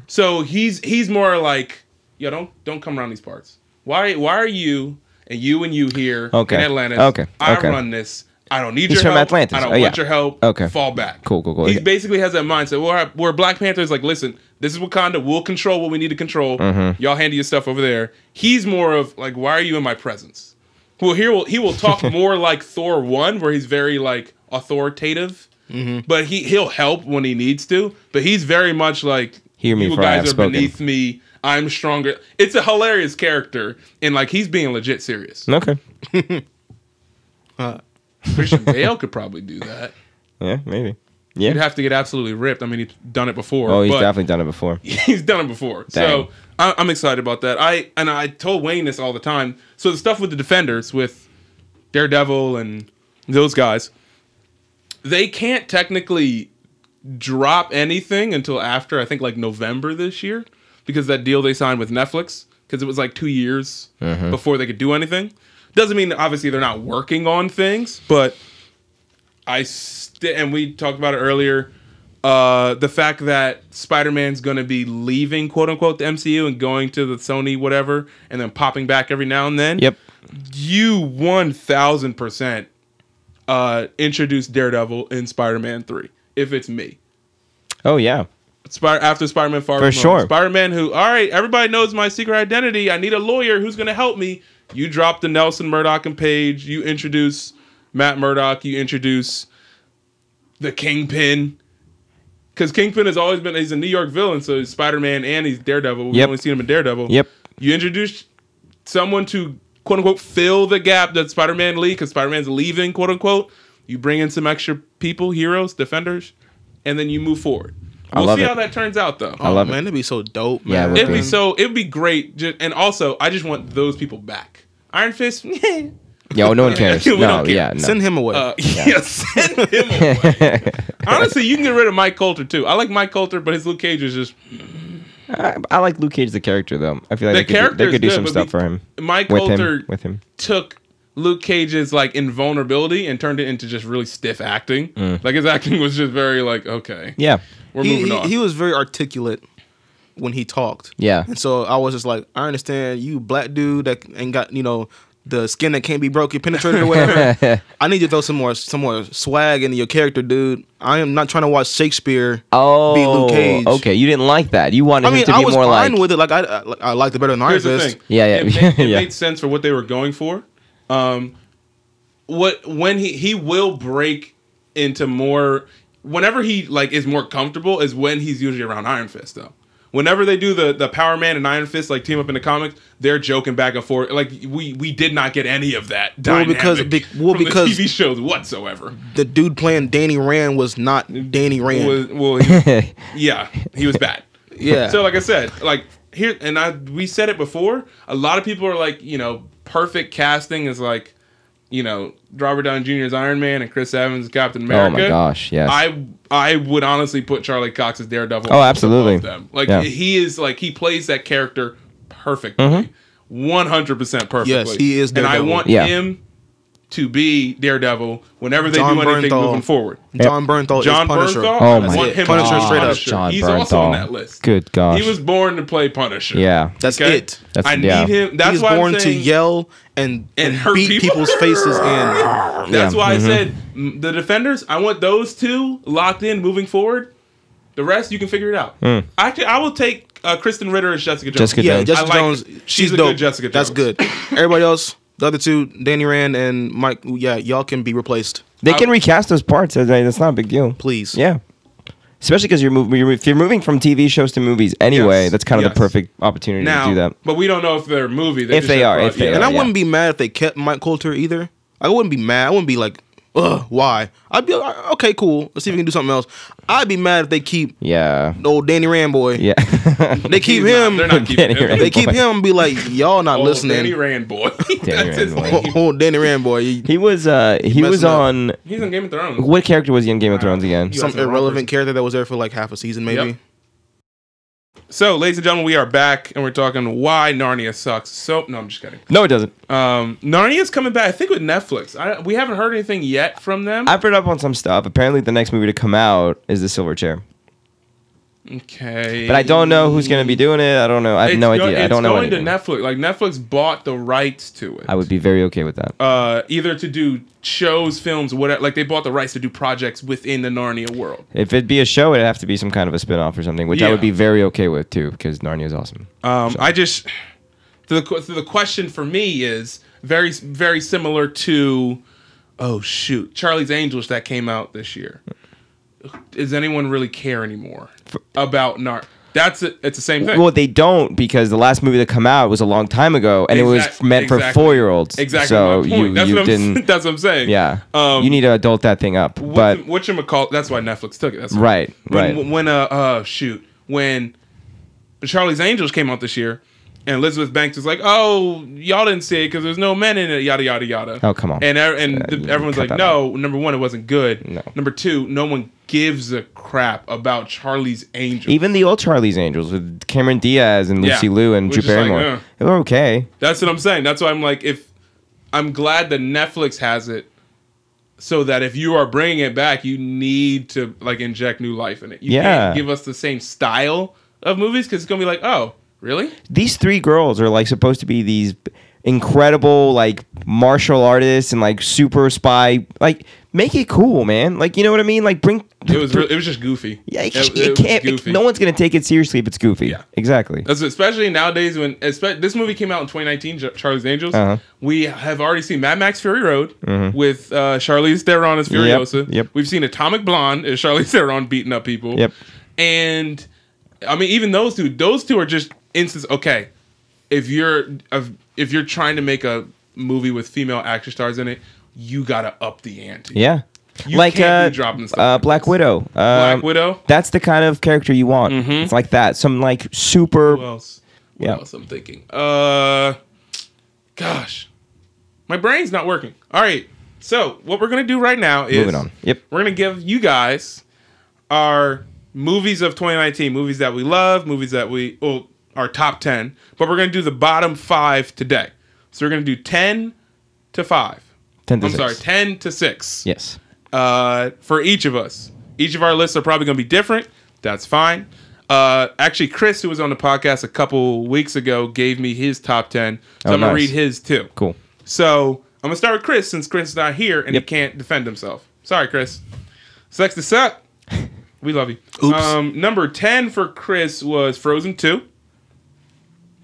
Speaker 2: So he's he's more like, yo, don't don't come around these parts. Why why are you and you and you here
Speaker 4: Okay.
Speaker 2: in Atlantis?
Speaker 4: Okay.
Speaker 2: I
Speaker 4: Okay.
Speaker 2: run this. I don't need
Speaker 4: He's
Speaker 2: your
Speaker 4: from
Speaker 2: help.
Speaker 4: Atlantis.
Speaker 2: I don't
Speaker 4: Oh,
Speaker 2: want
Speaker 4: yeah.
Speaker 2: your help.
Speaker 4: Okay.
Speaker 2: Fall back.
Speaker 4: Cool, cool, cool.
Speaker 2: He
Speaker 4: Yeah.
Speaker 2: basically has that mindset where, where Black Panther is like, listen, this is Wakanda. We'll control what we need to control.
Speaker 4: Mm-hmm.
Speaker 2: Y'all handle your stuff over there. He's more of like, why are you in my presence? Well, here will he will talk more like Thor one, where he's very like authoritative, but he he'll help when he needs to. But he's very much like,
Speaker 4: Hear me,
Speaker 2: you
Speaker 4: for
Speaker 2: guys
Speaker 4: I have
Speaker 2: are
Speaker 4: spoken."
Speaker 2: beneath me. I'm stronger. It's a hilarious character, and like he's being legit serious.
Speaker 4: Okay.
Speaker 2: Christian Bale could probably do that.
Speaker 4: Yeah, maybe. Yeah.
Speaker 2: You'd have to get absolutely ripped. I mean, he's done it before.
Speaker 4: oh, he's
Speaker 2: but
Speaker 4: definitely done it before.
Speaker 2: he's done it before.
Speaker 4: Dang.
Speaker 2: So I, I'm excited about that. I and I told Wayne this all the time. So the stuff with the defenders with Daredevil and those guys, they can't technically drop anything until after I think like November this year because that deal they signed with Netflix because it was like two years before they could do anything. Doesn't mean obviously they're not working on things, but I st- and we talked about it earlier. Uh, the fact that Spider-Man's going to be leaving, quote unquote, the MCU and going to the Sony whatever, and then popping back every now and then.
Speaker 4: Yep.
Speaker 2: You one thousand percent uh introduce Daredevil in Spider-Man three. If it's me,
Speaker 4: Oh yeah.
Speaker 2: Spy- after Spider-Man Far
Speaker 4: For
Speaker 2: From Home.
Speaker 4: sure.
Speaker 2: Spider-Man who, all right, everybody knows my secret identity. I need a lawyer who's going to help me. You drop the Nelson Murdoch and Page. You introduce Matt Murdock. You introduce the Kingpin. Because Kingpin has always been, he's a New York villain, so he's Spider-Man and he's Daredevil. We've
Speaker 4: Yep.
Speaker 2: only seen him in Daredevil.
Speaker 4: Yep.
Speaker 2: You introduce someone to, quote unquote, fill the gap that Spider-Man leave because Spider-Man's leaving, quote unquote. You bring in some extra people, heroes, defenders, and then you move forward.
Speaker 4: I
Speaker 2: We'll
Speaker 4: love
Speaker 2: see
Speaker 4: it.
Speaker 2: how that turns out, though.
Speaker 3: Oh,
Speaker 4: love it.
Speaker 3: man, it'd be so dope,
Speaker 4: Yeah, it
Speaker 3: man.
Speaker 4: would
Speaker 2: It'd be
Speaker 4: Okay.
Speaker 2: so. It'd be great. Just, and also, I just want those people back. Iron Fist. uh,
Speaker 4: Yo, no one cares.
Speaker 2: We
Speaker 4: no,
Speaker 2: don't care.
Speaker 4: yeah, no.
Speaker 3: Send him away.
Speaker 2: uh, yeah, send him away. Honestly, you can get rid of Mike Coulter too. I like Mike Coulter, but his Luke Cage is just
Speaker 4: I, I like Luke Cage the character though. I feel
Speaker 2: The
Speaker 4: like they could do,
Speaker 2: character
Speaker 4: they
Speaker 2: is
Speaker 4: could do
Speaker 2: good,
Speaker 4: some
Speaker 2: but
Speaker 4: stuff
Speaker 2: be-
Speaker 4: for him
Speaker 2: Mike
Speaker 4: with
Speaker 2: Coulter
Speaker 4: him with him.
Speaker 2: took Luke Cage's like invulnerability and turned it into just really stiff acting.
Speaker 4: Mm.
Speaker 2: Like his acting was just very like okay,
Speaker 4: Yeah.
Speaker 2: we're
Speaker 3: he,
Speaker 2: moving
Speaker 3: he,
Speaker 2: on.
Speaker 3: he was very articulate when he talked.
Speaker 4: Yeah.
Speaker 3: And so I was just like, I understand you black dude that ain't got, you know, the skin that can't be broken, penetrated or whatever. I need you to throw some more some more swag into your character, dude. I am not trying to watch Shakespeare
Speaker 4: Oh,
Speaker 3: be Luke Cage.
Speaker 4: okay. You didn't like that. You wanted
Speaker 3: I mean,
Speaker 4: him to
Speaker 3: I
Speaker 4: be
Speaker 3: was
Speaker 4: more
Speaker 3: fine
Speaker 4: like
Speaker 3: with it. Like I, I, I liked it better than Iron
Speaker 2: Here's the
Speaker 3: Fist.
Speaker 2: thing.
Speaker 4: Yeah, yeah,
Speaker 2: It, made, it
Speaker 4: yeah.
Speaker 2: made sense for what they were going for. Um, what when he he will break into more whenever he like is more comfortable is when he's usually around Iron Fist though. Whenever they do the the Power Man and Iron Fist like team up in the comics, they're joking back and forth. Like we we did not get any of that
Speaker 3: Well,
Speaker 2: dynamic
Speaker 3: because- be- well,
Speaker 2: from
Speaker 3: because-
Speaker 2: the TV shows whatsoever.
Speaker 3: The dude playing Danny Rand was not Danny Rand.
Speaker 2: Was, well, he- yeah, he was bad.
Speaker 3: Yeah.
Speaker 2: So like I said, like here and I we said it before, a lot of people are like, you know, perfect casting is like, you know, Robert Downey Jr. is Iron Man and Chris Evans is Captain
Speaker 4: oh my
Speaker 2: America.
Speaker 4: gosh, yes.
Speaker 2: I I would honestly put Charlie Cox's Daredevil
Speaker 4: Oh,
Speaker 2: above
Speaker 4: absolutely.
Speaker 2: them. Like
Speaker 4: Yeah.
Speaker 2: he is like he plays that character perfectly. 100% perfectly.
Speaker 3: Yes, he is
Speaker 2: And I
Speaker 3: Daredevil.
Speaker 2: want
Speaker 4: Mm-hmm. Yeah.
Speaker 2: him to be Daredevil whenever they
Speaker 3: John
Speaker 2: do anything
Speaker 3: Bernthal.
Speaker 2: moving forward.
Speaker 3: John Bernthal
Speaker 2: John
Speaker 3: is Punisher.
Speaker 2: Bernthal.
Speaker 4: Oh
Speaker 2: I
Speaker 4: my
Speaker 2: want him
Speaker 3: Punisher
Speaker 2: to be
Speaker 3: straight up.
Speaker 2: Punisher.
Speaker 4: Oh, John
Speaker 2: He's also on
Speaker 4: Bernthal.
Speaker 2: that list.
Speaker 4: Good gosh.
Speaker 2: He was born to play Punisher.
Speaker 4: Yeah.
Speaker 3: That's
Speaker 2: Okay?
Speaker 3: it.
Speaker 4: That's-
Speaker 2: I need
Speaker 4: yeah.
Speaker 2: him. That's
Speaker 3: He's
Speaker 2: why
Speaker 3: born
Speaker 2: I'm
Speaker 3: to
Speaker 2: saying,
Speaker 3: yell and, and,
Speaker 2: hurt
Speaker 3: beat
Speaker 2: people.
Speaker 3: people's faces in.
Speaker 2: That's
Speaker 4: Yeah.
Speaker 2: why I said mm, the defenders. I want those two locked in moving forward. The rest you can figure it out. Actually, I will take uh, Kristen Ritter and Jessica Jones.
Speaker 4: Mm. Jessica
Speaker 3: Yeah,
Speaker 4: Jones.
Speaker 3: Jessica
Speaker 2: I like
Speaker 3: Jones.
Speaker 2: it.
Speaker 3: She's,
Speaker 2: She's a
Speaker 3: dope.
Speaker 2: good Jessica
Speaker 3: That's
Speaker 2: Jones.
Speaker 3: good. Everybody else, the other two, Danny Rand and Mike. Yeah, y'all can be replaced,
Speaker 4: They
Speaker 2: I-
Speaker 4: can recast those parts. That's that's not a big deal.
Speaker 3: please.
Speaker 4: Yeah. Especially because you're moving, you're, if you're moving from TV shows to movies anyway,
Speaker 2: Yes.
Speaker 4: that's kind of
Speaker 2: Yes.
Speaker 4: the perfect opportunity
Speaker 2: now,
Speaker 4: to do that.
Speaker 2: but we don't know if they're a movie.
Speaker 4: If
Speaker 2: just
Speaker 4: they
Speaker 2: have
Speaker 4: are,
Speaker 2: brought-
Speaker 4: if they
Speaker 2: yeah.
Speaker 4: are.
Speaker 3: And I
Speaker 4: yeah.
Speaker 3: wouldn't be mad if they kept Mike Coulter either. I wouldn't be mad. I wouldn't be like, ugh, why? I'd be like, okay, cool. Let's see if we can do something else. I'd be mad if they keep
Speaker 4: Yeah.
Speaker 3: old Danny Rand boy.
Speaker 4: Yeah.
Speaker 3: They keep
Speaker 2: He's not-
Speaker 3: him.
Speaker 2: they're not keeping
Speaker 4: Danny
Speaker 2: him.
Speaker 4: Rand.
Speaker 3: They keep him. and Be like, y'all not
Speaker 2: Oh,
Speaker 3: listening.
Speaker 2: Danny Rand boy.
Speaker 4: Danny
Speaker 2: That's his
Speaker 4: Rand boy.
Speaker 2: name.
Speaker 3: Old- Old Danny Rand boy. He-
Speaker 4: he was uh he,
Speaker 3: messing
Speaker 4: was
Speaker 3: up.
Speaker 4: on
Speaker 2: He's in Game of Thrones.
Speaker 4: what character was he in Game of Thrones again?
Speaker 2: You
Speaker 3: some
Speaker 2: asking the wrong
Speaker 3: irrelevant
Speaker 2: person.
Speaker 3: character that was there for like half a season, maybe.
Speaker 2: Yep. So, ladies and gentlemen, we are back and we're talking why Narnia sucks. So, no, I'm just kidding.
Speaker 4: No, it doesn't.
Speaker 2: Um, Narnia's coming back, I think, with Netflix. I, we haven't heard anything yet from them.
Speaker 4: I've read up on some stuff. Apparently, the next movie to come out is The Silver Chair,
Speaker 2: okay,
Speaker 4: but I don't know who's going to be doing it. I don't know. I have
Speaker 2: It's
Speaker 4: no
Speaker 2: go-
Speaker 4: idea. I don't know
Speaker 2: It's going
Speaker 4: anything.
Speaker 2: to Netflix. Like Netflix bought the rights to it.
Speaker 4: I would be very okay with that.
Speaker 2: uh, either to do shows, films, whatever. Like they bought the rights to do projects within the Narnia world.
Speaker 4: If it'd be a show, it'd have to be some kind of a spin-off or something, which I
Speaker 2: Yeah.
Speaker 4: would be very okay with too, because Narnia is awesome.
Speaker 2: Um, I just so the qu- so the question for me is very very similar to oh shoot Charlie's Angels that came out this year. Does anyone really care anymore about Nar? That's it. It's the same thing.
Speaker 4: Well, they don't because the last movie to come out was a long time ago, and it was
Speaker 2: Exact-
Speaker 4: f- meant for
Speaker 2: exactly.
Speaker 4: four-year-olds.
Speaker 2: Exactly.
Speaker 4: So
Speaker 2: my point.
Speaker 4: you,
Speaker 2: that's,
Speaker 4: you
Speaker 2: what I'm,
Speaker 4: didn't.
Speaker 2: that's what I'm saying.
Speaker 4: yeah.
Speaker 2: Um,
Speaker 4: you need to adult that thing up. But
Speaker 2: what you call? That's why Netflix took it. That's why.
Speaker 4: right,
Speaker 2: when,
Speaker 4: right.
Speaker 2: when uh uh shoot when Charlie's Angels came out this year, and Elizabeth Banks was like, "Oh, y'all didn't see it because there's no men in it." Yada yada yada.
Speaker 4: Oh, come on.
Speaker 2: And er- and
Speaker 4: Uh,
Speaker 2: the,
Speaker 4: you
Speaker 2: everyone's
Speaker 4: cut
Speaker 2: like,
Speaker 4: that
Speaker 2: "No, number one, it wasn't good.
Speaker 4: No.
Speaker 2: Number two, no one gives a crap about Charlie's Angels.
Speaker 4: Even the old Charlie's Angels with Cameron Diaz and
Speaker 2: Yeah.
Speaker 4: Lucy Liu and
Speaker 2: We're
Speaker 4: Drew
Speaker 2: just like,
Speaker 4: Barrymore,
Speaker 2: uh.
Speaker 4: they were okay.
Speaker 2: That's what I'm saying. That's why I'm like, if I'm glad that Netflix has it." So that if you are bringing it back, you need to like inject new life in it. You
Speaker 4: Yeah.
Speaker 2: can't give us the same style of movies because it's gonna be like, oh, really?
Speaker 4: these three girls are like supposed to be these incredible like martial artists and like super spy like make it cool man like you know what i mean like bring
Speaker 2: It was re- it was just goofy.
Speaker 4: yeah, it,
Speaker 2: it,
Speaker 4: it
Speaker 2: it was
Speaker 4: can't, it-
Speaker 2: goofy.
Speaker 4: no one's gonna take it seriously if it's goofy
Speaker 2: Yeah. Uh,
Speaker 4: exactly
Speaker 2: That's especially nowadays when espe- this movie came out in 2019, Ch- Charlie's Angels.
Speaker 4: Uh-huh. Mm-hmm.
Speaker 2: We have already seen Mad Max Fury Road with uh, Charlize Theron as Furiosa.
Speaker 4: yep.
Speaker 2: We've seen Atomic Blonde as Charlize Theron beating up people.
Speaker 4: Yep.
Speaker 2: And I mean, even those two, those two are just instances. Okay, if you're if, if you're trying to make a movie with female action stars in it, you gotta up the ante.
Speaker 4: yeah
Speaker 2: You
Speaker 4: like
Speaker 2: can't
Speaker 4: uh,
Speaker 2: be dropping stuff
Speaker 4: uh
Speaker 2: like
Speaker 4: black
Speaker 2: this.
Speaker 4: widow um,
Speaker 2: Black Widow. Mm-hmm.
Speaker 4: that's the kind of character you want it's like that some like super
Speaker 2: Who else? What
Speaker 4: Yeah.
Speaker 2: else I'm thinking? Uh, gosh, my brain's not working. All right. So what we're gonna do right now is
Speaker 4: moving on yep
Speaker 2: we're gonna give you guys our movies of 2019, movies that we love, movies that we well our top ten, but we're gonna do the bottom five today. So we're gonna do ten to five.
Speaker 4: 10 to
Speaker 2: I'm
Speaker 4: six.
Speaker 2: sorry, ten to six
Speaker 4: yes
Speaker 2: uh, for each of us. Each of our lists are probably going to be different. That's fine. Uh, actually, Chris, who was on the podcast a couple weeks ago, gave me his top 10. So
Speaker 4: Oh,
Speaker 2: I'm going
Speaker 4: nice.
Speaker 2: to read his too.
Speaker 4: cool
Speaker 2: So I'm going to start with Chris since Chris is not here and
Speaker 4: Yep.
Speaker 2: he can't defend himself. Sorry, Chris. Sucks to suck. We love you.
Speaker 3: Oops.
Speaker 2: Um, number 10 for Chris was Frozen 2.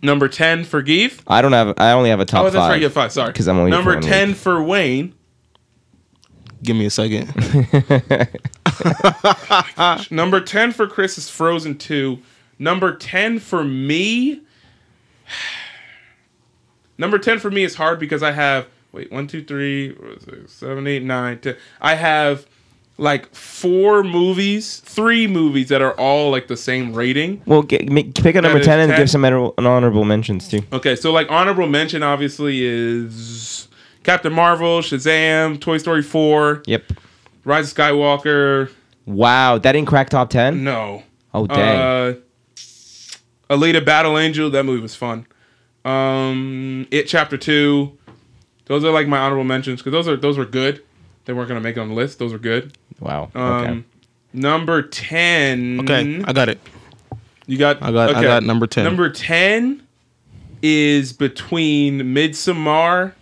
Speaker 2: Number 10 for Geef.
Speaker 4: i don't have i only have a top
Speaker 2: Oh, that's
Speaker 4: five
Speaker 2: right. You have five. Sorry.
Speaker 4: 'Cause I'm only here for
Speaker 2: Number
Speaker 4: one
Speaker 2: 10 for Wayne.
Speaker 3: Give me a second.
Speaker 2: Number 10 for Chris is Frozen 2. Number 10 for me. Number 10 for me is hard because I have. Wait, 1, 2, 3, 4, 6, 7, 8, 9, 10. I have like four movies, three movies that are all like the same rating.
Speaker 4: well g- make, pick a number
Speaker 2: is
Speaker 4: 10 and
Speaker 2: 10.
Speaker 4: give some honorable- honorable mentions too
Speaker 2: Okay, so like honorable mention obviously is Captain Marvel, Shazam, Toy Story 4,
Speaker 4: yep
Speaker 2: Rise of Skywalker.
Speaker 4: Wow, that didn't crack top ten.
Speaker 2: No.
Speaker 4: Oh dang!
Speaker 2: Uh, Alita Battle Angel. That movie was fun. Um, it Chapter Two. Those are like my honorable mentions because those are those were good. They weren't gonna make it on the list. Those were good.
Speaker 4: wow.
Speaker 2: Um,
Speaker 4: okay.
Speaker 2: Number ten.
Speaker 3: Okay, I got it.
Speaker 2: you got.
Speaker 3: I got- I got number 10.
Speaker 2: Number ten is between Midsommar,